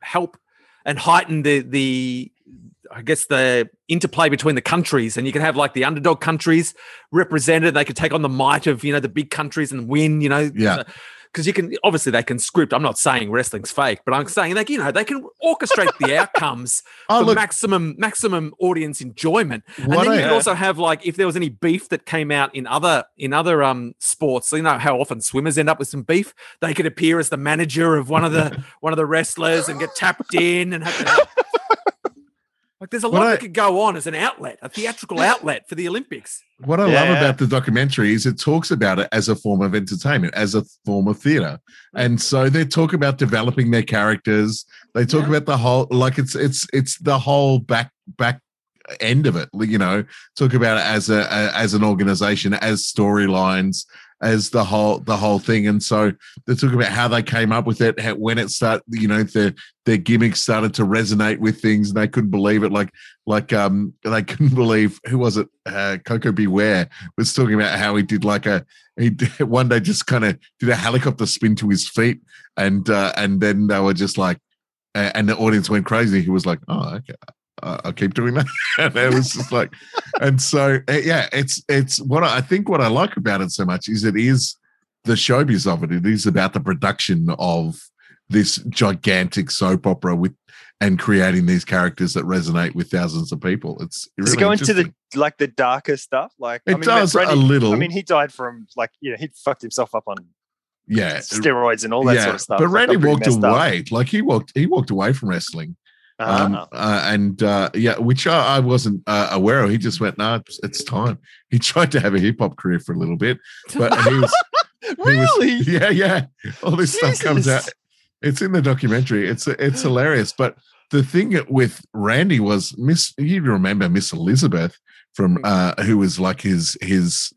Speaker 4: help and heighten the the. I guess the interplay between the countries, and you can have like the underdog countries represented. They could take on the might of you know the big countries and win. You know,
Speaker 2: Yeah.
Speaker 4: because you can obviously they can script. I'm not saying wrestling's fake, but I'm saying like you know they can orchestrate the outcomes
Speaker 2: Oh,
Speaker 4: for
Speaker 2: look,
Speaker 4: maximum maximum audience enjoyment. And
Speaker 2: what
Speaker 4: then you
Speaker 2: I,
Speaker 4: can
Speaker 3: Yeah.
Speaker 4: also have like if there was any beef that came out in other in other um sports, you know how often swimmers end up with some beef. They could appear as the manager of one of the one of the wrestlers and get tapped in and have to, like there's a lot
Speaker 2: What I-
Speaker 4: that could go on as an outlet, a theatrical outlet for the Olympics.
Speaker 2: what I
Speaker 3: Yeah,
Speaker 2: love
Speaker 3: yeah.
Speaker 2: about the documentary is it talks about it as a form of entertainment, as a form of theater. And so they talk about developing their characters. They talk
Speaker 4: Yeah.
Speaker 2: about the whole like it's it's it's the whole back back end of it, like, you know, talk about it as a, a as an organization, as storylines, as the whole the whole thing. And so they talk about how they came up with it, how, when it started, you know, their their gimmicks started to resonate with things and they couldn't believe it. Like like um they couldn't believe who was it uh coco beware was talking about how he did like a he did, one day just kind of did a helicopter spin to his feet and uh and then they were just like a- and the audience went crazy he was like oh okay I- I'll keep doing that. And it was just like, and so uh, yeah, it's it's what I I think what I like about it so much is it is the showbiz of it. It is about the production of this gigantic soap opera with and creating these characters that resonate with thousands of people. It's
Speaker 3: Does
Speaker 2: really
Speaker 3: it go into the
Speaker 2: interesting.
Speaker 3: like the darker stuff? Like
Speaker 2: It does a little.
Speaker 3: I mean, he died from like you know he fucked himself up on
Speaker 2: yeah,
Speaker 3: steroids and all that sort of stuff.
Speaker 2: Uh, But
Speaker 3: Like,
Speaker 2: Randy
Speaker 3: got pretty
Speaker 2: walked
Speaker 3: messed up.
Speaker 2: away. Like he walked, he walked away from wrestling. Um,
Speaker 3: Uh,
Speaker 2: uh, and uh, yeah, which I, I wasn't uh, aware of. He just went, no, it's, it's time. He tried to have a hip hop career for a little bit, but he was, he was-
Speaker 3: really?
Speaker 2: yeah, yeah. All this stuff comes out.
Speaker 3: Jesus.
Speaker 2: It's in the documentary. It's it's hilarious. But the thing with Randy was Miss. You remember Miss Elizabeth from
Speaker 3: Mm.
Speaker 2: uh, who was like his his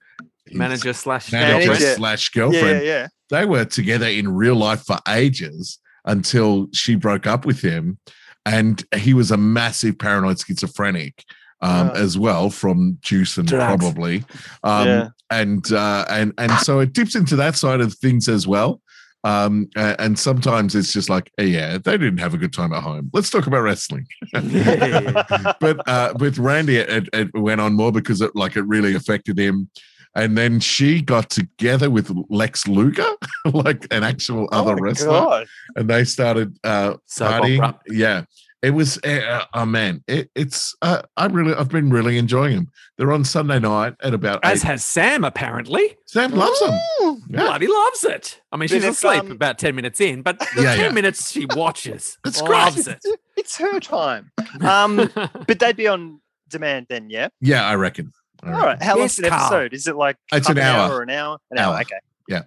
Speaker 2: his
Speaker 4: Manager slash
Speaker 2: manager
Speaker 3: Manager.
Speaker 2: slash
Speaker 3: yeah,
Speaker 2: girlfriend
Speaker 3: yeah, yeah.
Speaker 2: they were together in real life for ages until she broke up with him and he was a massive paranoid schizophrenic um,
Speaker 3: Ah.
Speaker 2: as well from juice and
Speaker 4: Drugs.
Speaker 2: probably um,
Speaker 3: Yeah.
Speaker 2: and uh, and and so it dips into that side of things as well um, a- and sometimes it's just like eh, yeah they didn't have a good time at home let's talk about wrestling but uh, with Randy, it, it, it went on more because it like it really affected him. And then she got together with Lex Luger, like an actual other
Speaker 3: oh my
Speaker 2: wrestler,
Speaker 3: God.
Speaker 2: and they started uh,
Speaker 4: So
Speaker 2: partying. Yeah, it was. Uh, uh, oh man, it, it's. Uh, I really, I've been really enjoying them. They're on Sunday night at about
Speaker 4: As
Speaker 2: eight.
Speaker 4: has Sam apparently.
Speaker 2: Sam loves them. Yeah.
Speaker 4: Bloody loves it. I mean,
Speaker 3: Then
Speaker 4: she's
Speaker 3: if,
Speaker 4: asleep
Speaker 3: um,
Speaker 4: about 10 minutes in, but the
Speaker 2: Yeah,
Speaker 4: 10
Speaker 2: yeah.
Speaker 4: minutes she watches.
Speaker 2: It's great.
Speaker 4: loves it.
Speaker 3: It's her time. Um, but they'd be on demand then, yeah.
Speaker 2: Yeah, I reckon. I
Speaker 3: All
Speaker 2: reckon.
Speaker 3: right. How
Speaker 4: Yes,
Speaker 3: long's an
Speaker 4: Carl.
Speaker 3: episode? Is it like
Speaker 2: It's
Speaker 3: half
Speaker 2: an hour.
Speaker 3: or an hour? An hour.
Speaker 2: Hour.
Speaker 3: Okay.
Speaker 2: Yeah.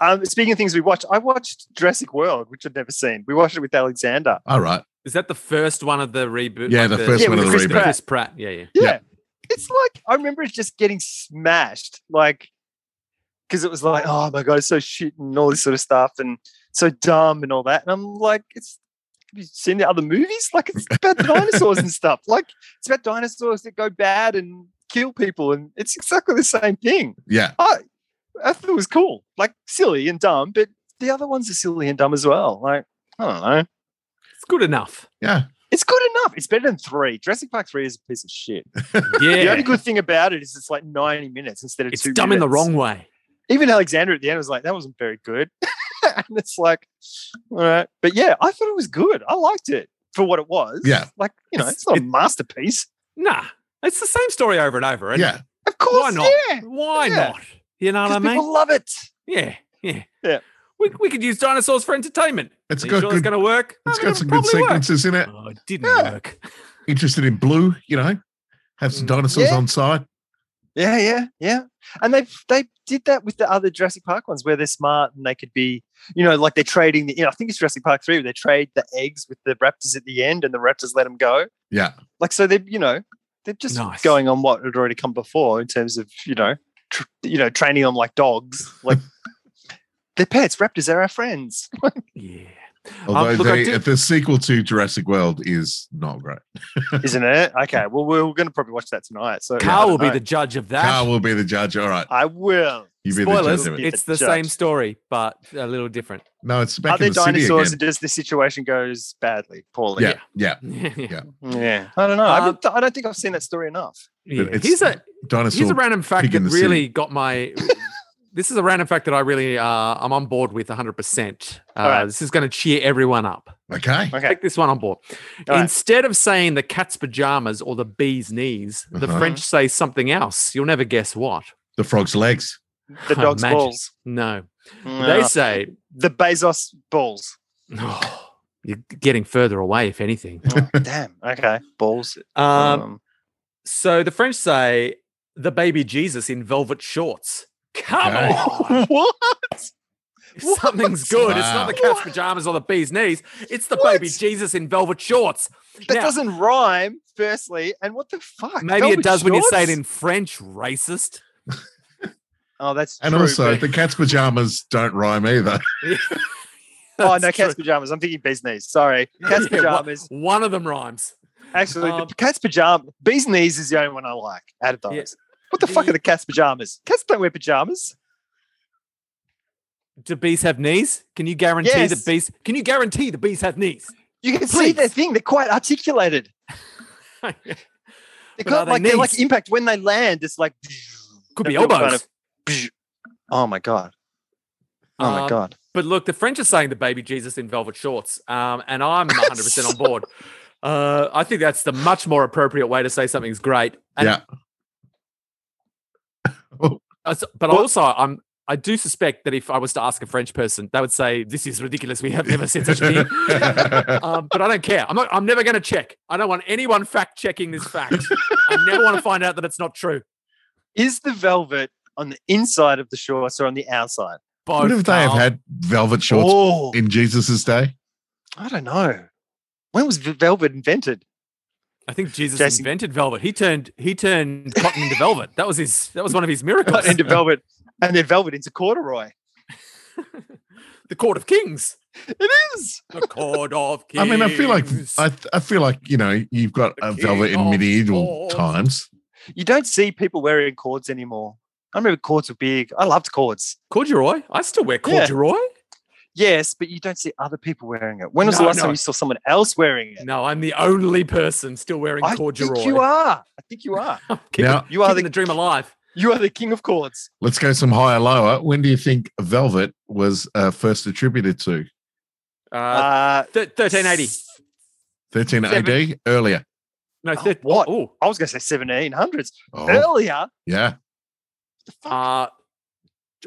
Speaker 3: Um, speaking of things we watched, I watched Jurassic World, which I'd never seen. We watched it with Alexander.
Speaker 2: All right.
Speaker 4: Is that the first one of the reboot?
Speaker 2: Yeah, the first
Speaker 3: Yeah, one of with the Chris
Speaker 4: Chris
Speaker 3: reboot. Pratt.
Speaker 4: Chris Pratt. Yeah, yeah.
Speaker 3: Yeah.
Speaker 2: Yeah.
Speaker 3: It's like I remember it just getting smashed, like because it was like, oh my god, it's so shit and all this sort of stuff and so dumb and all that. And I'm like, it's have you seen the other movies? Like it's about dinosaurs and stuff. Like it's about dinosaurs that go bad and kill people, and it's exactly the same thing.
Speaker 2: Yeah.
Speaker 3: I thought it was cool, like silly and dumb, but the other ones are silly and dumb as well. Like, I don't know.
Speaker 4: It's good enough.
Speaker 2: Yeah.
Speaker 3: It's good enough. It's better than three. Jurassic Park 3 is a piece of shit. The
Speaker 4: Yeah.
Speaker 3: only good thing about it is it's like 90 minutes instead of
Speaker 4: it's
Speaker 3: two
Speaker 4: dumb in the
Speaker 3: minutes.
Speaker 4: wrong way.
Speaker 3: Even Alexander at the end was like, that wasn't very good. and it's like, all right. But yeah, I thought it was good. I liked it for what it was.
Speaker 2: Yeah.
Speaker 3: Like, you know,
Speaker 4: It's-
Speaker 3: it's, not a
Speaker 4: it-
Speaker 3: masterpiece.
Speaker 4: Nah. It's the same story over and over. isn't
Speaker 2: Yeah.
Speaker 3: Of course,
Speaker 4: not?
Speaker 3: yeah.
Speaker 4: it? Why
Speaker 3: Yeah.
Speaker 4: not? You know what I
Speaker 3: Because
Speaker 4: mean?
Speaker 3: people love it.
Speaker 4: Yeah. Yeah.
Speaker 3: Yeah.
Speaker 4: We, we could use dinosaurs for entertainment.
Speaker 2: It's
Speaker 4: Are you
Speaker 2: got
Speaker 4: sure
Speaker 2: good.
Speaker 4: it's going to work?
Speaker 2: it's got
Speaker 4: Oh, it'll
Speaker 2: some good
Speaker 4: probably work.
Speaker 2: sequences in it.
Speaker 4: Oh, it didn't
Speaker 3: Yeah.
Speaker 4: work.
Speaker 2: Interested in blue, you know. Have some
Speaker 4: Mm.
Speaker 2: dinosaurs
Speaker 3: Yeah.
Speaker 2: on site.
Speaker 3: Yeah, yeah, yeah. And they they did that with the other Jurassic Park ones where they're smart and they could be, you know, like they're trading the. You know, I think it's Jurassic Park three. Where they trade the eggs with the raptors at the end, and the raptors let them go.
Speaker 2: Yeah.
Speaker 3: Like so, they you know they're just
Speaker 4: Nice.
Speaker 3: going on what had already come before in terms of you know, tr- you know, training them like dogs, like. They're pets. Raptors are our friends.
Speaker 4: Yeah. Um,
Speaker 2: Although
Speaker 4: look, I
Speaker 2: they,
Speaker 4: do-
Speaker 2: the sequel to Jurassic World is not great.
Speaker 3: Isn't it? Okay. Well, we're going to probably watch that tonight. So I
Speaker 4: Carl
Speaker 3: don't
Speaker 4: will be
Speaker 3: know.
Speaker 4: the judge of that.
Speaker 2: Carl will be the judge. All right,
Speaker 3: I will.
Speaker 2: you be the
Speaker 4: Spoilers,
Speaker 2: judge of it.
Speaker 3: Be
Speaker 4: it's
Speaker 3: the
Speaker 4: the same
Speaker 3: judge.
Speaker 4: story, but a little different.
Speaker 2: No, it's
Speaker 3: Are
Speaker 2: back
Speaker 3: there
Speaker 2: in the city
Speaker 3: dinosaurs
Speaker 2: again.
Speaker 3: and does the situation goes badly, poorly?
Speaker 2: Yeah, yeah,
Speaker 4: yeah.
Speaker 3: Yeah, I don't know. I,
Speaker 4: Um,
Speaker 3: haven't- I don't think I've seen that story enough.
Speaker 2: it's
Speaker 4: Here's a here's
Speaker 2: dinosaur.
Speaker 4: a random fact
Speaker 2: pig in
Speaker 4: that
Speaker 2: the city.
Speaker 4: really got my this is a random fact that I really uh, I'm on board with 100. percent uh,
Speaker 3: All right.
Speaker 4: This is going to cheer everyone up.
Speaker 2: Okay.
Speaker 3: Okay.
Speaker 4: Take this one on board.
Speaker 3: All right.
Speaker 4: Instead of saying the cat's pajamas or the bee's knees, the
Speaker 2: Uh-huh.
Speaker 4: French say something else. You'll never guess what.
Speaker 2: The frog's legs.
Speaker 3: The dog's
Speaker 4: Magic.
Speaker 3: balls. Uh.
Speaker 4: No,
Speaker 3: No.
Speaker 4: they say
Speaker 3: the Bezos balls.
Speaker 4: oh, you're getting further away. If anything,
Speaker 3: Oh, damn. Okay. Balls.
Speaker 2: Uh,
Speaker 4: um,
Speaker 3: Um,
Speaker 4: so the French say the baby Jesus in velvet shorts. Come
Speaker 2: Okay.
Speaker 4: on.
Speaker 3: what?
Speaker 4: If Something's good. It's not the
Speaker 3: Wow.
Speaker 4: cat's pajamas or the bee's knees. It's the
Speaker 3: What?
Speaker 4: baby Jesus in velvet shorts.
Speaker 3: That
Speaker 4: Now,
Speaker 3: doesn't rhyme, firstly. And what the fuck?
Speaker 4: maybe it
Speaker 3: Velvet
Speaker 4: does when you say it
Speaker 3: shorts?
Speaker 4: in French, racist.
Speaker 3: Oh, that's
Speaker 2: And
Speaker 3: true,
Speaker 2: also,
Speaker 3: but-
Speaker 2: the cat's pajamas don't rhyme either.
Speaker 3: oh
Speaker 4: That's
Speaker 3: no,
Speaker 4: true.
Speaker 3: cat's pajamas. I'm thinking bees knees. Sorry, cat's
Speaker 4: Yeah, one-
Speaker 3: pajamas.
Speaker 4: One of them rhymes.
Speaker 3: Actually,
Speaker 4: um,
Speaker 3: the cat's pajama bees knees is the only one I like out of those.
Speaker 4: Yeah.
Speaker 3: What the fuck
Speaker 4: The-
Speaker 3: are the cat's pajamas? Cats don't wear pajamas.
Speaker 4: Do bees have knees? Can you guarantee
Speaker 3: Yes.
Speaker 4: that bees? Can you guarantee the bees have knees?
Speaker 3: You can see their
Speaker 4: Please.
Speaker 3: thing. They're quite articulated.
Speaker 4: Could
Speaker 3: They're,
Speaker 4: But are
Speaker 3: got,
Speaker 4: they
Speaker 3: like, they're like
Speaker 4: knees?
Speaker 3: impact when they land. It's like.
Speaker 4: be
Speaker 3: They're all kind
Speaker 4: elbows.
Speaker 3: of- Oh my god. Oh my
Speaker 4: Um,
Speaker 3: god.
Speaker 4: But look, the French are saying the baby Jesus in velvet shorts, um, and I'm 100 percent on board. Uh, I think that's the much more appropriate way to say something's great. And
Speaker 2: Yeah. Oh.
Speaker 4: Uh, so- But
Speaker 3: Well-
Speaker 4: also, I'm I do suspect that if I was to ask a French person, they would say this is ridiculous. We have never seen such a thing. um, but I don't care. I'm not. I'm never going to check. I don't want anyone fact checking this fact. I never want to find out that it's not true.
Speaker 3: Is the velvet on the inside of the shorts or on the outside?
Speaker 4: Both
Speaker 2: what if they have
Speaker 4: Carl.
Speaker 2: had velvet shorts
Speaker 3: Oh,
Speaker 2: in Jesus' day?
Speaker 3: I don't know. When was v- velvet invented?
Speaker 4: I think Jesus
Speaker 3: Jason-
Speaker 4: invented velvet. He turned he turned cotton into velvet. That was his. That was one of his miracles.
Speaker 3: Cut into velvet, and then velvet into corduroy.
Speaker 4: the court of kings.
Speaker 3: It is.
Speaker 4: The court of kings.
Speaker 2: I mean, I feel like I, I feel like you know you've got
Speaker 4: The
Speaker 2: a velvet
Speaker 4: king
Speaker 2: in
Speaker 4: of
Speaker 2: medieval
Speaker 4: swords.
Speaker 2: times.
Speaker 3: You don't see people wearing cords anymore. I remember cords were big. I loved cords.
Speaker 4: corduroy. I still wear
Speaker 3: Yeah.
Speaker 4: corduroy.
Speaker 3: Yes, but you don't see other people wearing it. When was the
Speaker 4: No,
Speaker 3: last
Speaker 4: no.
Speaker 3: time you saw someone else wearing it?
Speaker 4: No, I'm the only person still wearing
Speaker 3: I
Speaker 4: corduroy.
Speaker 3: think you are. I think you are.
Speaker 4: I'm keeping-
Speaker 2: Now-
Speaker 3: You are
Speaker 4: keeping
Speaker 3: the
Speaker 4: the dream alive.
Speaker 3: you are the king of cords.
Speaker 2: Let's go some higher, lower. When do you think velvet was uh, first attributed to?
Speaker 4: Uh,
Speaker 3: Uh,
Speaker 4: thir- 1380.
Speaker 2: 13 AD, earlier.
Speaker 4: No,
Speaker 3: Oh,
Speaker 4: thir-
Speaker 3: what?
Speaker 4: Oh,
Speaker 3: I was going to say 1700s.
Speaker 2: Oh,
Speaker 3: Earlier,
Speaker 2: yeah.
Speaker 4: uh,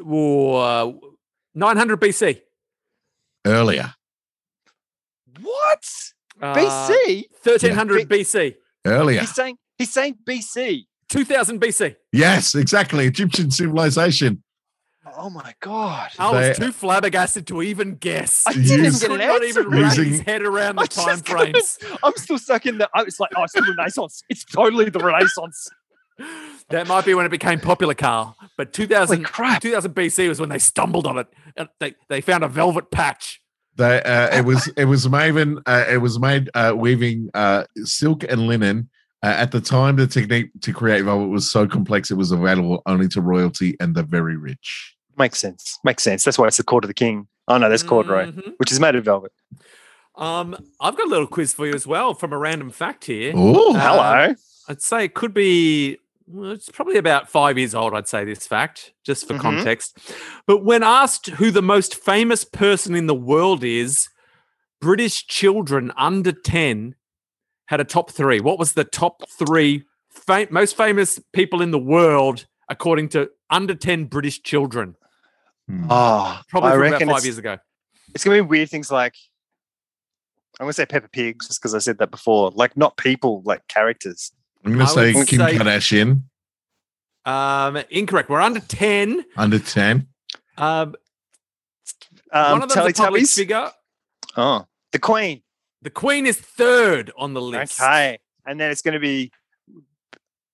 Speaker 4: ooh, uh, 900 BC.
Speaker 2: Earlier.
Speaker 3: what?
Speaker 4: Uh,
Speaker 3: BC?
Speaker 4: 1300 BC.
Speaker 2: Earlier.
Speaker 3: He's saying he's saying BC.
Speaker 4: 2000 BC.
Speaker 2: Yes, exactly. Egyptian civilization.
Speaker 3: Oh my god.
Speaker 4: I was
Speaker 2: They-
Speaker 4: too flabbergasted to even guess.
Speaker 3: I didn't
Speaker 2: Use-
Speaker 3: get an
Speaker 4: Could not
Speaker 3: answer.
Speaker 4: even wrap his
Speaker 2: Using-
Speaker 4: head around the
Speaker 3: I
Speaker 4: time
Speaker 3: just couldn't-
Speaker 4: frames.
Speaker 3: I'm still stuck in the. I- It's like, oh, it's the Renaissance. It's totally the Renaissance.
Speaker 4: That might be when it became popular, Carl. But 2000,
Speaker 3: crap.
Speaker 4: 2000 BC was when they stumbled on it. And they, they found a velvet patch.
Speaker 2: They, uh, it was it was maven uh, it was made uh, weaving uh, silk and linen. Uh, at the time, the technique to create velvet was so complex it was available only to royalty and the very rich.
Speaker 3: Makes sense. Makes sense. That's why it's the court of the king. Oh no, that's corduroy,
Speaker 4: Mhm.
Speaker 3: which is made of velvet.
Speaker 4: Um, I've got a little quiz for you as well from a random fact here.
Speaker 2: Oh,
Speaker 4: Uh,
Speaker 3: Hello.
Speaker 4: I'd say it could be, well, it's probably about five years old, I'd say this fact, just for
Speaker 3: Mhm.
Speaker 4: context. But when asked who the most famous person in the world is, British children under 10 had a top three. What was the top three fa- most famous people in the world, according to under 10 British children?
Speaker 2: Hmm.
Speaker 3: Oh,
Speaker 4: Probably
Speaker 3: I
Speaker 4: from
Speaker 3: reckon
Speaker 4: about five
Speaker 3: it's,
Speaker 4: years ago.
Speaker 3: it's gonna be weird things like. I'm gonna say Peppa Pig just because I said that before. Like not people, like characters.
Speaker 2: I'm going to
Speaker 4: I
Speaker 2: say
Speaker 4: would
Speaker 2: Kim
Speaker 4: say-
Speaker 2: Kardashian
Speaker 4: Um, incorrect. We're under 10.
Speaker 2: under ten.
Speaker 4: Um,
Speaker 3: Um,
Speaker 4: one of them's a public
Speaker 3: Teletubbies.
Speaker 4: figure.
Speaker 3: Oh, the Queen.
Speaker 4: The Queen is third on the list.
Speaker 3: Okay. And then it's going to be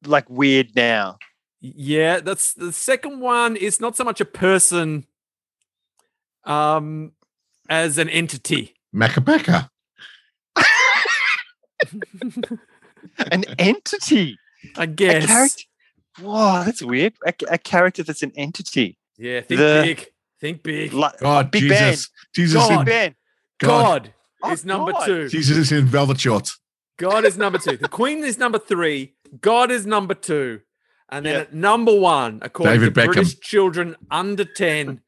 Speaker 3: like weird now.
Speaker 4: Yeah, that's the second one is not so much a person um as an entity.
Speaker 2: Macapaca.
Speaker 3: An entity.
Speaker 4: I
Speaker 3: A
Speaker 4: guess.
Speaker 3: character. Whoa, that's weird. A, a character that's an entity.
Speaker 4: Yeah, think
Speaker 3: The-
Speaker 4: big. Think big.
Speaker 3: Like
Speaker 2: God,
Speaker 3: Big
Speaker 2: Jesus,
Speaker 3: Ben.
Speaker 2: Jesus,
Speaker 4: God.
Speaker 2: In,
Speaker 3: Ben.
Speaker 2: God,
Speaker 4: God,
Speaker 3: Oh,
Speaker 4: is number
Speaker 3: God.
Speaker 4: two.
Speaker 2: Jesus in velvet shorts.
Speaker 4: God is number two. The Queen is number three. God is number two. And then
Speaker 3: Yeah.
Speaker 4: at number one, according
Speaker 2: David
Speaker 4: to
Speaker 2: Beckham.
Speaker 4: British children under 10,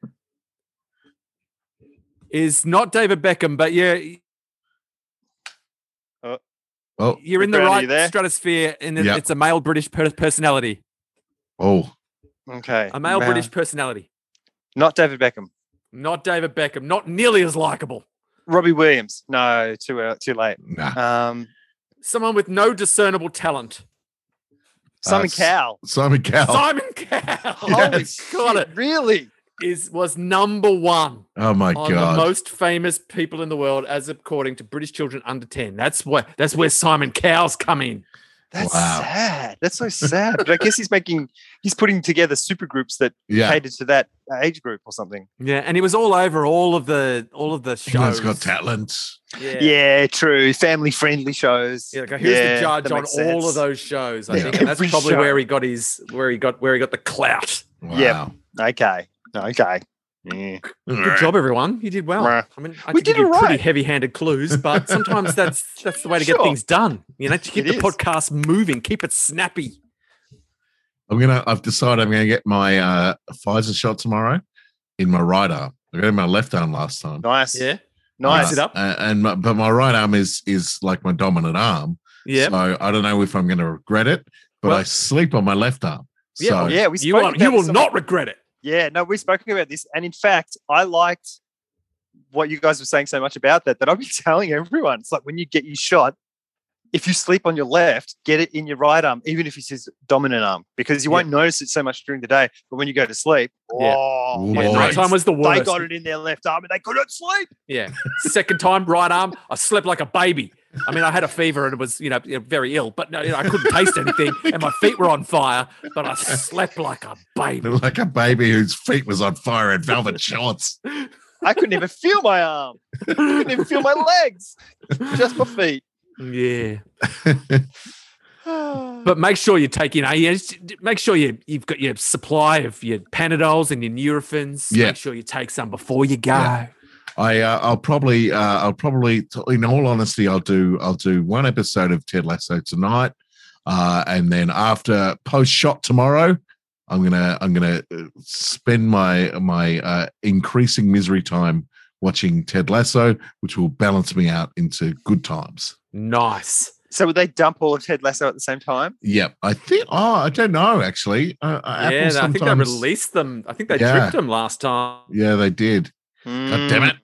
Speaker 4: is not David Beckham, but you're,
Speaker 2: Oh,
Speaker 4: you're in the
Speaker 3: Brownie, you
Speaker 4: right
Speaker 3: there?
Speaker 4: stratosphere. And it-
Speaker 2: Yeah.
Speaker 4: it's a male British per- personality.
Speaker 2: oh,
Speaker 3: Okay.
Speaker 4: A male
Speaker 3: Wow.
Speaker 4: British personality.
Speaker 3: Not David Beckham.
Speaker 4: Not David Beckham. Not nearly as likable.
Speaker 3: Robbie Williams. No, too early, too late.
Speaker 2: nah.
Speaker 3: Um,
Speaker 4: Someone with no discernible talent.
Speaker 3: Simon
Speaker 2: s-
Speaker 3: Cowell.
Speaker 2: Simon Cowell.
Speaker 4: Simon Cowell.
Speaker 3: Holy shit,
Speaker 4: God, it
Speaker 3: Really?
Speaker 4: is was number one.
Speaker 2: oh my
Speaker 4: on
Speaker 2: god.
Speaker 4: the most famous people in the world, as according to British children under ten. That's what. That's where Simon Cowell's come in.
Speaker 3: That's
Speaker 2: Wow.
Speaker 3: sad. That's so sad. but I guess he's making, he's putting together super groups that
Speaker 2: yeah.
Speaker 3: cater to that uh, age group or something.
Speaker 4: Yeah, and he was all over all of the all of the shows.
Speaker 2: England's got talent.
Speaker 4: Yeah.
Speaker 3: Yeah, true. Family friendly shows.
Speaker 4: Yeah, like, he was
Speaker 3: Yeah,
Speaker 4: the judge
Speaker 3: that
Speaker 4: on
Speaker 3: makes
Speaker 4: all
Speaker 3: sense.
Speaker 4: of those shows. I
Speaker 2: Yeah.
Speaker 4: think, and that's
Speaker 3: Every
Speaker 4: probably
Speaker 3: show.
Speaker 4: where he got his where he got where he got the clout.
Speaker 2: Wow.
Speaker 3: Yeah. Okay. Okay. Yeah.
Speaker 2: All
Speaker 4: Good
Speaker 2: right.
Speaker 4: job, everyone. You did well.
Speaker 3: Meh.
Speaker 4: I mean, I
Speaker 3: We did
Speaker 4: did give you pretty
Speaker 3: alright.
Speaker 4: heavy-handed clues, but sometimes that's that's the way to get
Speaker 3: Sure.
Speaker 4: things done. You know, to keep
Speaker 3: It
Speaker 4: the
Speaker 3: is.
Speaker 4: podcast moving, keep it snappy.
Speaker 2: I'm gonna. I've decided I'm gonna get my uh, Pfizer shot tomorrow in my right arm. I got it in my left arm last time.
Speaker 3: Nice.
Speaker 4: Yeah,
Speaker 3: Nice.
Speaker 4: Mix it up.
Speaker 2: Uh, and my, but my right arm is is like my dominant arm.
Speaker 4: yeah.
Speaker 2: So I don't know if I'm gonna regret it, but
Speaker 4: Well-
Speaker 2: I sleep on my left arm.
Speaker 4: Yeah,
Speaker 2: so
Speaker 3: Yeah. We
Speaker 4: you
Speaker 3: spoke
Speaker 4: are,
Speaker 3: about
Speaker 4: you will
Speaker 3: this on-
Speaker 4: not regret it.
Speaker 3: Yeah. No, we've spoken about this. And in fact, I liked what you guys were saying so much about that that I've been telling everyone. It's like when you get your shot, if you sleep on your left, get it in your right arm, even if it's his dominant arm, because you
Speaker 4: Yeah.
Speaker 3: won't notice it so much during the day. But when you go to sleep,
Speaker 4: Yeah.
Speaker 3: oh,
Speaker 2: Ooh,
Speaker 3: my
Speaker 2: boy.
Speaker 4: Night
Speaker 3: friends,
Speaker 4: time was the worst.
Speaker 3: they got it in their left arm and they couldn't sleep.
Speaker 4: Yeah. Second time, right arm. I slept like a baby. I mean, I had a fever and it was, you know, very ill, but no, you know, I couldn't taste anything and my feet were on fire, but I slept like a baby.
Speaker 2: like a baby whose feet was on fire in velvet shorts.
Speaker 3: I couldn't even feel my arm. I couldn't even feel my legs, just my feet.
Speaker 4: Yeah.
Speaker 3: but
Speaker 4: But make sure you take in, uh, you know, just make sure you, you've got your supply of your Panadols and your Nurofens.
Speaker 2: Yeah.
Speaker 4: Make sure you take some before you go.
Speaker 2: Yeah. I uh, I'll probably uh, I'll probably t- in all honesty I'll do I'll do one episode of Ted Lasso tonight, uh, and then after post shot tomorrow, I'm gonna I'm gonna uh, spend my my uh, increasing misery time watching Ted Lasso, which will balance me out into good times.
Speaker 4: Nice.
Speaker 3: so would they dump all of Ted Lasso at the same time?
Speaker 2: Yep, I think. Oh, I don't know actually. Uh, uh, Apple
Speaker 4: yeah. I think they
Speaker 2: sometimes-
Speaker 4: released them. I think they
Speaker 2: Yeah.
Speaker 4: tripped them last time.
Speaker 2: Yeah, they did. God damn it.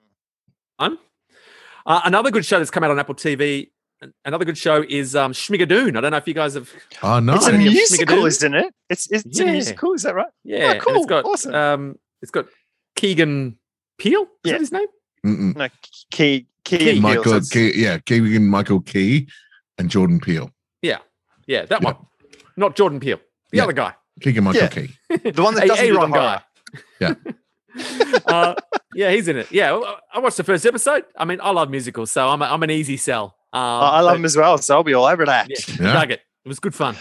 Speaker 4: Uh, another good show that's come out on Apple TV. an- Another good show is um, Schmigadoon. I don't know if you guys have
Speaker 2: Oh no,
Speaker 3: It's a
Speaker 4: Nice.
Speaker 3: musical,
Speaker 4: Snickerdoodle.
Speaker 3: isn't it? It's it's
Speaker 4: Yeah.
Speaker 3: a musical, is that right?
Speaker 2: Oh,
Speaker 4: Yeah, and
Speaker 3: cool.
Speaker 4: It's got
Speaker 3: Awesome.
Speaker 4: um, it's got Keegan Peel. Is
Speaker 3: Yeah.
Speaker 4: that his name?
Speaker 2: Mm-mm.
Speaker 3: No, Key Key,
Speaker 4: Key.
Speaker 3: Peele, so
Speaker 2: Michael
Speaker 3: it's-
Speaker 2: Key, yeah, Keegan Michael Key and Jordan Peele.
Speaker 4: Yeah, that
Speaker 2: Yeah.
Speaker 4: one. Not Jordan Peel. The
Speaker 2: Yeah.
Speaker 4: other guy,
Speaker 2: Keegan Michael
Speaker 3: Yeah.
Speaker 2: Key.
Speaker 3: the one that
Speaker 4: a-
Speaker 3: doesn't do the
Speaker 4: Aaron
Speaker 3: horror.
Speaker 4: guy. uh, yeah, he's in it. Yeah, well, I watched the first episode. I mean, I love musicals, so I'm a, I'm an easy sell. Um,
Speaker 3: Oh, I love him as well, so I'll be all over that.
Speaker 4: Yeah.
Speaker 2: Yeah.
Speaker 4: Dug it. It was good fun.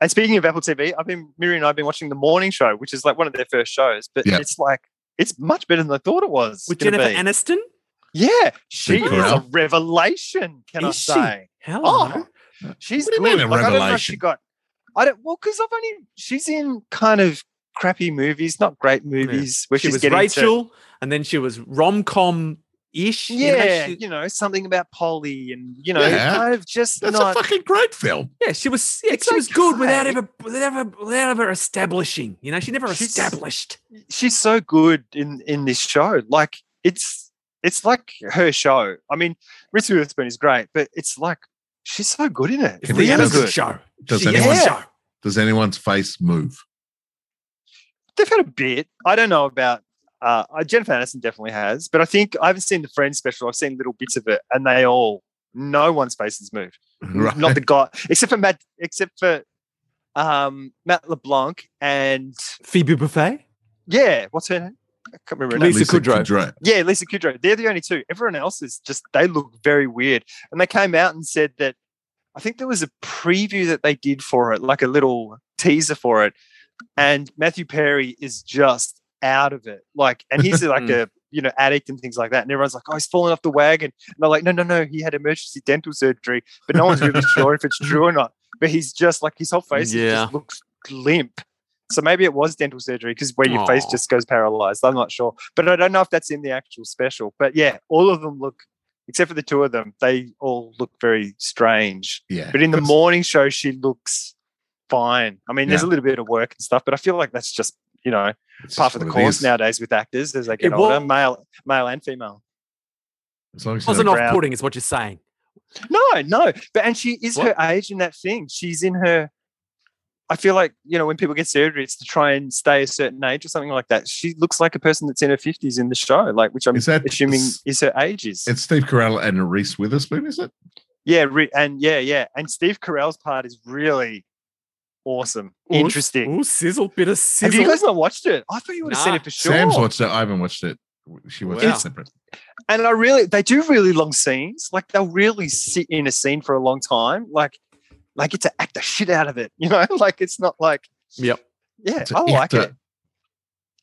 Speaker 3: And speaking of Apple TV, I've been Miri and I've been watching the morning show, which is like one of their first shows, but
Speaker 2: Yeah.
Speaker 3: it's like it's much better than I thought it was.
Speaker 4: With
Speaker 3: gonna
Speaker 4: Jennifer
Speaker 3: be.
Speaker 4: Aniston.
Speaker 3: yeah, she
Speaker 2: Big
Speaker 3: is a
Speaker 2: Corral.
Speaker 3: revelation. Can
Speaker 4: Is she?
Speaker 3: I say?
Speaker 4: Hello.
Speaker 3: Oh, She's
Speaker 2: What do you
Speaker 3: good.
Speaker 2: mean a
Speaker 3: Like, I don't know if she
Speaker 2: revelation?
Speaker 3: got. I don't. Well, because I've only she's in kind of crappy movies, not great movies. Where
Speaker 4: she
Speaker 3: she's
Speaker 4: was
Speaker 3: getting to-
Speaker 4: Rachel, and then she was rom com ish.
Speaker 3: yeah,
Speaker 4: she,
Speaker 3: you know something about Polly, and you know,
Speaker 2: Yeah.
Speaker 3: kind of just
Speaker 2: That's
Speaker 3: not.
Speaker 2: a fucking great film.
Speaker 4: yeah, she was. Yeah,
Speaker 3: It's
Speaker 4: she was good without
Speaker 3: okay.
Speaker 4: ever, without ever, without ever establishing. You know, she never
Speaker 3: She's-
Speaker 4: established.
Speaker 3: she's so good in in this show. Like it's it's like her show. I mean, Reese Witherspoon is great, but it's like she's so good in it.
Speaker 4: It's
Speaker 2: Can
Speaker 4: the
Speaker 2: we have a
Speaker 4: Amazon
Speaker 2: good-
Speaker 4: show.
Speaker 2: Does
Speaker 4: She is
Speaker 2: anyone-
Speaker 4: the show.
Speaker 2: Does anyone's face move?
Speaker 3: They've had a bit. I don't know about. Uh, uh, Jennifer Aniston definitely has, but I think I haven't seen the Friends special. I've seen little bits of it, and they all no one's faces move.
Speaker 2: Right.
Speaker 3: Not the guy, except for Matt, except for um, Matt LeBlanc and
Speaker 4: Phoebe Buffet.
Speaker 3: yeah, what's her name? I can't remember. Her name.
Speaker 4: Lisa Kudrow.
Speaker 3: Yeah, Lisa Kudrow. They're the only two. Everyone else is just they look very weird. And they came out and said that I think there was a preview that they did for it, like a little teaser for it. And Matthew Perry is just out of it. Like, and he's like a you know addict and things like that. And everyone's like, oh, he's falling off the wagon. And they're like, no, no, no, he had emergency dental surgery, but no one's really sure if it's true or not. But he's just like his whole face is
Speaker 4: Yeah.
Speaker 3: just looks limp. So maybe it was dental surgery because where your face
Speaker 4: Aw.
Speaker 3: just goes paralyzed. I'm not sure, but I don't know if that's in the actual special. But yeah, all of them look, except for the two of them, they all look very strange.
Speaker 2: Yeah.
Speaker 3: But in the
Speaker 2: that's-
Speaker 3: morning show, she looks fine. I mean, there's a little bit of work and stuff, but I feel like that's just you know
Speaker 2: it's
Speaker 3: part
Speaker 2: just
Speaker 3: of the
Speaker 2: what it
Speaker 3: course
Speaker 2: is.
Speaker 3: nowadays with actors as they get
Speaker 4: It
Speaker 3: older,
Speaker 4: was-
Speaker 3: male, male and female.
Speaker 2: As long as you
Speaker 4: wasn't
Speaker 2: don't-
Speaker 3: ground.
Speaker 4: off putting, is what you're saying.
Speaker 3: No, no, but and she is
Speaker 4: What?
Speaker 3: her age in that thing. She's in her. I feel like you know when people get surgery, it's to try and stay a certain age or something like that. She looks like a person that's in her fifties in the show, like which I'm
Speaker 2: Is that-
Speaker 3: assuming
Speaker 2: it's-
Speaker 3: is her age is.
Speaker 2: it's Steve Carell and Reese Witherspoon, is it?
Speaker 3: Yeah, re- and yeah, yeah, and Steve Carell's part is really awesome,
Speaker 4: Ooh, s-
Speaker 3: interesting.
Speaker 4: Ooh, sizzle, bit of
Speaker 3: Have
Speaker 4: sizzle.
Speaker 3: you guys not watched it? I thought you would have seen
Speaker 4: Nah.
Speaker 3: it for sure.
Speaker 2: Sam's watched it. I haven't watched it. She watched
Speaker 4: Wow.
Speaker 2: it separate.
Speaker 3: and I really, they do really long scenes. Like they'll really sit in a scene for a long time. Like, like get to act the shit out of it. You know, like it's not like
Speaker 4: Yep.
Speaker 3: yeah,
Speaker 2: It's a
Speaker 3: I like
Speaker 2: actor.
Speaker 3: it.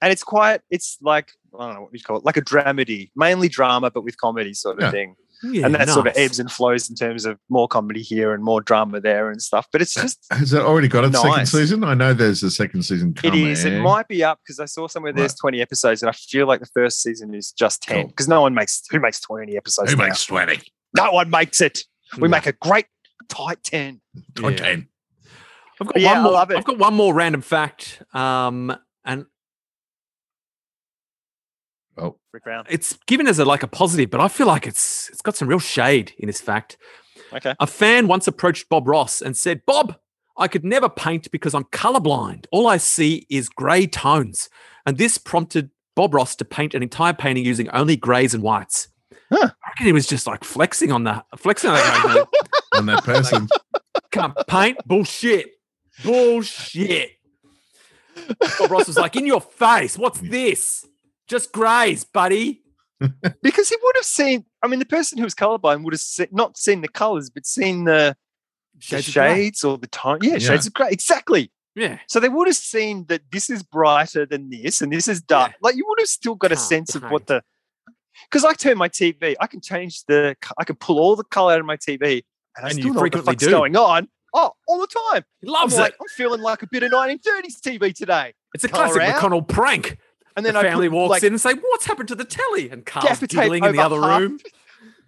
Speaker 3: And it's quite, it's like I don't know what we call it, like a dramedy, mainly drama, but with comedy sort of
Speaker 2: Yeah.
Speaker 3: thing.
Speaker 4: Yeah,
Speaker 3: and that sort of
Speaker 4: nice.
Speaker 3: ebbs and flows in terms of more comedy here and more drama there and stuff. But it's just
Speaker 2: Has it already got its second
Speaker 3: Nice.
Speaker 2: season? I know there's a second season
Speaker 3: It
Speaker 2: coming.
Speaker 3: is. It might be up because I saw somewhere there's
Speaker 2: Right.
Speaker 3: 20 episodes, and I feel like the first season is just 10
Speaker 2: Cool.
Speaker 3: because no one makes who makes 20 episodes.
Speaker 2: Who
Speaker 3: now?
Speaker 2: makes 20?
Speaker 3: No one makes it. We
Speaker 4: Yeah.
Speaker 3: make a great tight 10.
Speaker 4: Yeah.
Speaker 2: 10.
Speaker 4: I've got
Speaker 3: Yeah, I
Speaker 4: one more.
Speaker 3: love it.
Speaker 4: I've got one more random fact, um, and
Speaker 2: Oh,
Speaker 3: Rick Brown.
Speaker 4: it's given as a, like a positive, but I feel like it's it's got some real shade in this fact.
Speaker 3: Okay.
Speaker 4: A fan once approached Bob Ross and said, "Bob, I could never paint because I'm colorblind. All I see is gray tones." And this prompted Bob Ross to paint an entire painting using only grays and whites.
Speaker 3: Huh.
Speaker 4: I reckon he was just like flexing on the flexing on that guy, you know,
Speaker 2: and that person.
Speaker 4: can't paint bullshit. Bullshit. Bob Ross was like, in your face, what's this? Just grays, buddy.
Speaker 3: Because he would have seen, I mean, the person who was colorblind would have se- not seen the colors, but seen the the shades,
Speaker 4: of grey.
Speaker 3: or the tone. Yeah,
Speaker 2: Yeah.
Speaker 3: shades of gray. Exactly.
Speaker 4: Yeah.
Speaker 3: So they would have seen that this is brighter than this and this is dark.
Speaker 4: Yeah.
Speaker 3: Like you would have still got a
Speaker 4: Can't
Speaker 3: sense of
Speaker 4: paint.
Speaker 3: what the. Because I turn my TV, I can change the, co- I can pull all the color out of my TV, and I
Speaker 4: And you
Speaker 3: still know what the
Speaker 4: frequently
Speaker 3: fuck's
Speaker 4: do.
Speaker 3: going on. Oh, all the time.
Speaker 4: He
Speaker 3: I'm
Speaker 4: loves
Speaker 3: like,
Speaker 4: it.
Speaker 3: I'm feeling like a bit of 1930s TV today.
Speaker 4: It's a
Speaker 3: colour
Speaker 4: classic
Speaker 3: out.
Speaker 4: McConnell prank.
Speaker 3: And
Speaker 4: The
Speaker 3: then I
Speaker 4: family
Speaker 3: put,
Speaker 4: walks
Speaker 3: like,
Speaker 4: in and say, What's happened to the telly? And Carl's
Speaker 3: Gaffer tape
Speaker 4: giggling in the
Speaker 3: over
Speaker 4: other
Speaker 3: half-
Speaker 4: room.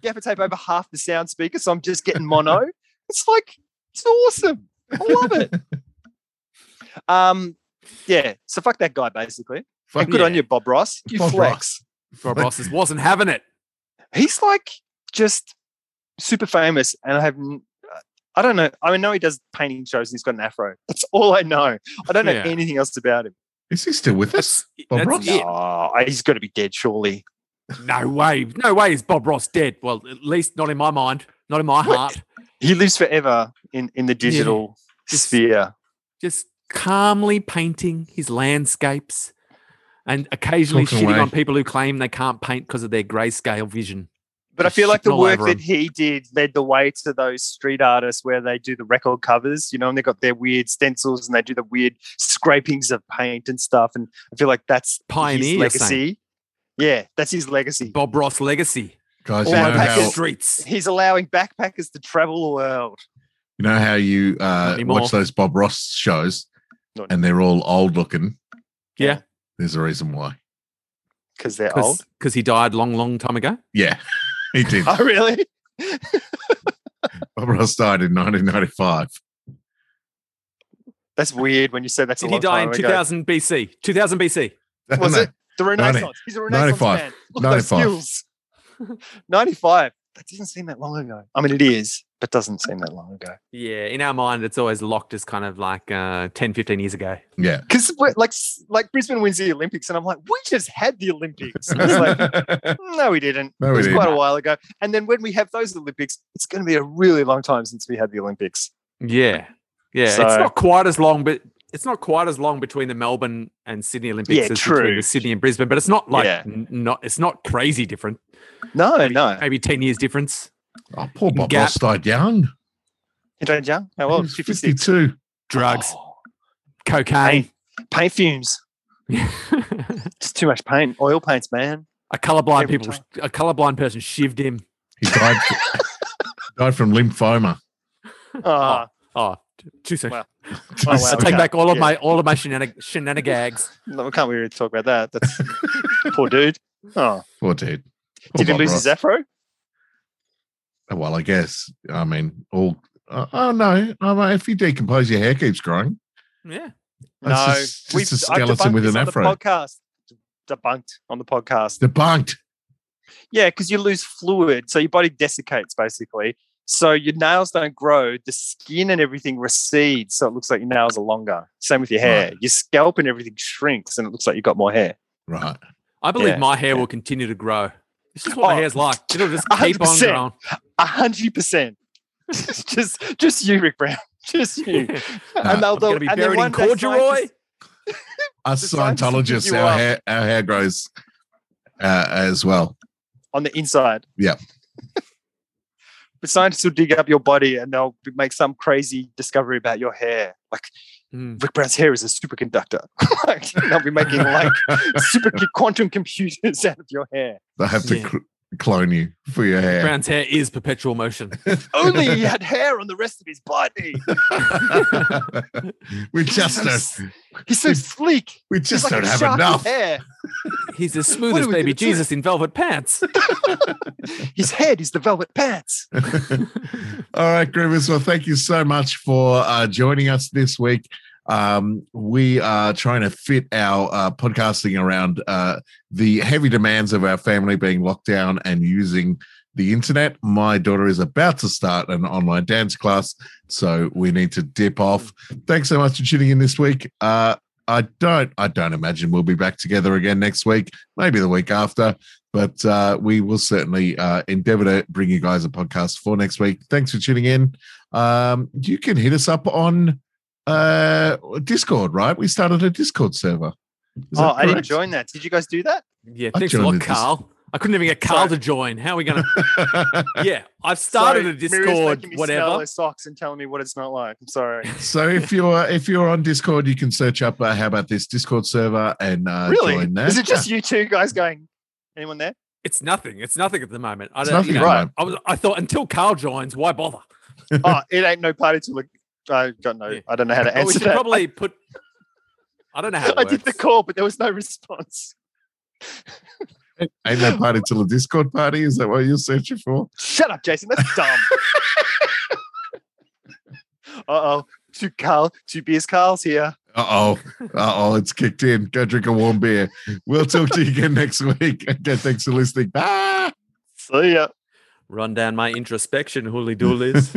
Speaker 3: gaffer tape over half the sound speaker, so I'm just getting mono. it's like it's awesome. I love it. Um, yeah. So fuck that guy, basically.
Speaker 2: Fuck
Speaker 3: and good on
Speaker 4: yeah.
Speaker 3: you, Bob Ross. You
Speaker 2: Bob
Speaker 3: flex.
Speaker 4: Bob Ross is- wasn't having it.
Speaker 3: He's like just super famous, and I have. n- uh, I don't know. I know he does painting shows and he's got an afro. That's all I know. I don't know
Speaker 4: Yeah.
Speaker 3: anything else about him.
Speaker 2: Is he still with us?
Speaker 4: That's,
Speaker 2: Bob
Speaker 4: that's
Speaker 2: Ross?
Speaker 4: it.
Speaker 3: Oh, he's got to be dead, surely.
Speaker 4: No way. No way is Bob Ross dead. Well, at least not in my mind, not in my
Speaker 3: What?
Speaker 4: heart.
Speaker 3: He lives forever in, in the digital
Speaker 4: Just-
Speaker 3: sphere.
Speaker 4: just calmly painting his landscapes and occasionally
Speaker 2: Talking
Speaker 4: shitting
Speaker 2: away.
Speaker 4: on people who claim they can't paint because of their grayscale vision.
Speaker 3: But I
Speaker 4: Just
Speaker 3: feel like the
Speaker 4: shitting all
Speaker 3: work
Speaker 4: over
Speaker 3: that
Speaker 4: 'em.
Speaker 3: he did led the way to those street artists where they do the record covers, you know, and they got their weird stencils and they do the weird scrapings of paint and stuff. And I feel like that's
Speaker 4: Pioneer,
Speaker 3: his
Speaker 4: you're saying?
Speaker 3: legacy. Yeah, that's his legacy.
Speaker 4: Bob Ross legacy.
Speaker 2: Guys, you
Speaker 4: All
Speaker 2: know,
Speaker 3: Back-
Speaker 4: over
Speaker 3: back-
Speaker 4: the
Speaker 2: how,
Speaker 4: streets.
Speaker 3: He's allowing backpackers to travel the world.
Speaker 2: you know how you uh,
Speaker 4: anymore.
Speaker 2: watch those Bob Ross shows
Speaker 3: Not-
Speaker 2: and they're all old looking?
Speaker 4: Yeah.
Speaker 2: There's a reason why.
Speaker 3: Because they're old.
Speaker 4: Because he died long, long time ago.
Speaker 2: Yeah, he did.
Speaker 3: Oh, really?
Speaker 2: Bob Ross died in 1995.
Speaker 3: That's weird when you said that's a
Speaker 4: Did
Speaker 3: long
Speaker 4: he die
Speaker 3: time
Speaker 4: in
Speaker 3: ago.
Speaker 4: 2000 BC? 2000 BC.
Speaker 3: Was it? The
Speaker 2: Ninety-
Speaker 3: Renaissance. He's a Renaissance
Speaker 2: 95,
Speaker 3: man. Look at those
Speaker 2: 95.
Speaker 3: skills. 95. That doesn't seem that long ago. I mean, it is, but doesn't seem that long ago.
Speaker 4: Yeah, in our mind, it's always locked as kind of like uh, 10, 15 years ago.
Speaker 2: Yeah.
Speaker 3: because like s- like Brisbane wins the Olympics, and I'm like, we just had the Olympics. And it's like, no, we didn't.
Speaker 2: No,
Speaker 3: it
Speaker 2: we
Speaker 3: was
Speaker 2: didn't.
Speaker 3: quite a while ago. And then when we have those Olympics, it's going to be a really long time since we had the Olympics.
Speaker 4: Yeah. Yeah. it's
Speaker 3: So-
Speaker 4: not quite as long, but it's not quite as long between the Melbourne and Sydney Olympics
Speaker 3: Yeah,
Speaker 4: as between
Speaker 3: true.
Speaker 4: the Sydney and Brisbane, but it's not like,
Speaker 3: Yeah.
Speaker 4: n- not, it's not crazy different.
Speaker 3: No, no.
Speaker 4: Maybe 10 years difference.
Speaker 2: Oh, poor Bob
Speaker 4: Gap.
Speaker 2: Ross died young.
Speaker 3: You don't young? How
Speaker 2: He
Speaker 3: old?
Speaker 2: was
Speaker 3: 56.
Speaker 2: 52.
Speaker 4: Drugs,
Speaker 3: Oh,
Speaker 4: cocaine.
Speaker 3: paint fumes.
Speaker 4: a
Speaker 3: It's too much paint. Oil paints, man.
Speaker 4: colorblind
Speaker 3: Every
Speaker 4: people,
Speaker 3: time.
Speaker 4: a colorblind person shivved him.
Speaker 2: He died, died from lymphoma.
Speaker 3: Ah,
Speaker 4: Oh, Too soon.
Speaker 3: Oh, Wow.
Speaker 4: I take
Speaker 3: okay.
Speaker 4: back all of
Speaker 3: Yeah.
Speaker 4: my all of my shenenig- shenanigans.
Speaker 3: No, we can't really talk about that. That's poor dude. Oh,
Speaker 2: Poor dude. Poor
Speaker 3: did he
Speaker 2: Bob
Speaker 3: lose
Speaker 2: Ross.
Speaker 3: his afro?
Speaker 2: Well, I guess. I mean, all. Uh, oh no! I mean, if you decompose, your hair keeps growing.
Speaker 4: yeah.
Speaker 2: That's
Speaker 3: no,
Speaker 2: just- just a
Speaker 3: I've
Speaker 2: skeleton
Speaker 3: debunked
Speaker 2: with
Speaker 3: this
Speaker 2: an
Speaker 3: on the
Speaker 2: afro.
Speaker 3: podcast debunked on the podcast.
Speaker 2: Debunked.
Speaker 3: Yeah, because you lose fluid, so your body desiccates basically. So your nails don't grow, the skin and everything recedes, so it looks like your nails are longer. Same with your hair. Your scalp and everything shrinks, and it looks like you've got more hair.
Speaker 2: Right.
Speaker 4: I believe
Speaker 3: Yeah,
Speaker 4: my hair
Speaker 3: yeah.
Speaker 4: will continue to grow. This is what my
Speaker 3: Oh,
Speaker 4: hair's like. It'll just keep on
Speaker 3: 100%.
Speaker 4: growing.
Speaker 3: A hundred percent. Just, just you, Rick Brown. Just you.
Speaker 4: Yeah.
Speaker 2: I'm
Speaker 3: they'll-
Speaker 4: I'm going to
Speaker 3: they'll-
Speaker 4: be
Speaker 3: and then
Speaker 4: buried in
Speaker 3: one day
Speaker 4: corduroy.
Speaker 3: scientists-
Speaker 2: Us
Speaker 3: The scientists will pick
Speaker 2: Scientologists,
Speaker 3: you
Speaker 2: our
Speaker 3: up.
Speaker 2: hair, our hair grows uh, as well.
Speaker 3: on the inside.
Speaker 2: Yeah.
Speaker 3: but scientists will dig up your body and they'll b- make some crazy discovery about your hair. Like
Speaker 4: Mm.
Speaker 3: Rick Brown's hair is a superconductor. like they'll be making like super co- quantum computers out of your hair.
Speaker 2: They have to
Speaker 4: Yeah.
Speaker 2: cl- clone you for your hair.
Speaker 4: Brown's hair is perpetual motion.
Speaker 3: Only he had hair on the rest of his body.
Speaker 2: we just
Speaker 3: I'm s-
Speaker 2: don't.
Speaker 3: He's so sleek.
Speaker 2: We
Speaker 3: He's
Speaker 2: just
Speaker 3: like
Speaker 2: don't
Speaker 3: a
Speaker 2: have
Speaker 3: shark with
Speaker 2: enough.
Speaker 3: Hair.
Speaker 4: He's as smooth
Speaker 3: What
Speaker 4: as
Speaker 3: are we
Speaker 4: baby
Speaker 3: gonna do?
Speaker 4: Jesus in velvet pants.
Speaker 3: His head is the velvet pants.
Speaker 2: All right, Grievous. Well, thank you so much for uh, joining us this week. Um, we are trying to fit our uh, podcasting around uh, the heavy demands of our family being locked down and using the internet. My daughter is about to start an online dance class, so we need to dip off. Thanks so much for tuning in this week. Uh, I don't, I don't imagine we'll be back together again next week, maybe the week after but uh, we will certainly uh, endeavor to bring you guys a podcast for next week. Thanks for tuning in. Um, you can hit us up on uh, Discord, right? We started a Discord server. Is
Speaker 3: oh,
Speaker 2: that
Speaker 3: I didn't
Speaker 2: correct?
Speaker 3: join that. Did you guys do that?
Speaker 4: Yeah,
Speaker 2: I
Speaker 4: thanks a lot,
Speaker 2: joined this-
Speaker 4: Carl. I couldn't even get Carl to join. How are we going to? Yeah, I've started
Speaker 3: Sorry,
Speaker 4: a
Speaker 3: Miriam's
Speaker 4: Discord,
Speaker 3: making me Smell
Speaker 4: whatever.
Speaker 3: her socks and telling me what it's not like. I'm sorry.
Speaker 2: so if you're if you're on Discord, you can search up uh, how about this Discord server and uh,
Speaker 3: really?
Speaker 2: join that.
Speaker 3: Is it just you two guys going? Anyone there?
Speaker 4: It's nothing. It's nothing at the moment. I
Speaker 2: It's
Speaker 4: don't
Speaker 2: nothing
Speaker 4: you know,
Speaker 2: right.
Speaker 4: I, was, I thought until Carl joins, why bother?
Speaker 3: oh, it ain't no party to look. I got no.
Speaker 4: Yeah.
Speaker 3: I don't know how to
Speaker 4: But we
Speaker 3: answer
Speaker 4: should
Speaker 3: that.
Speaker 4: probably put. I don't know how.
Speaker 3: I,
Speaker 4: It
Speaker 3: I did the
Speaker 4: works.
Speaker 3: call, but there was no response.
Speaker 2: Ain't no party till a Discord party. Is that what you're searching for?
Speaker 3: Shut up, Jason. That's dumb. uh oh. Two Carl, two beers. Carl's here.
Speaker 2: Uh oh. Uh oh. It's kicked in. Go drink a warm beer. We'll talk to you again next week. Again, thanks for listening. Bye.
Speaker 3: See ya.
Speaker 4: Run down my introspection, hooly doolies.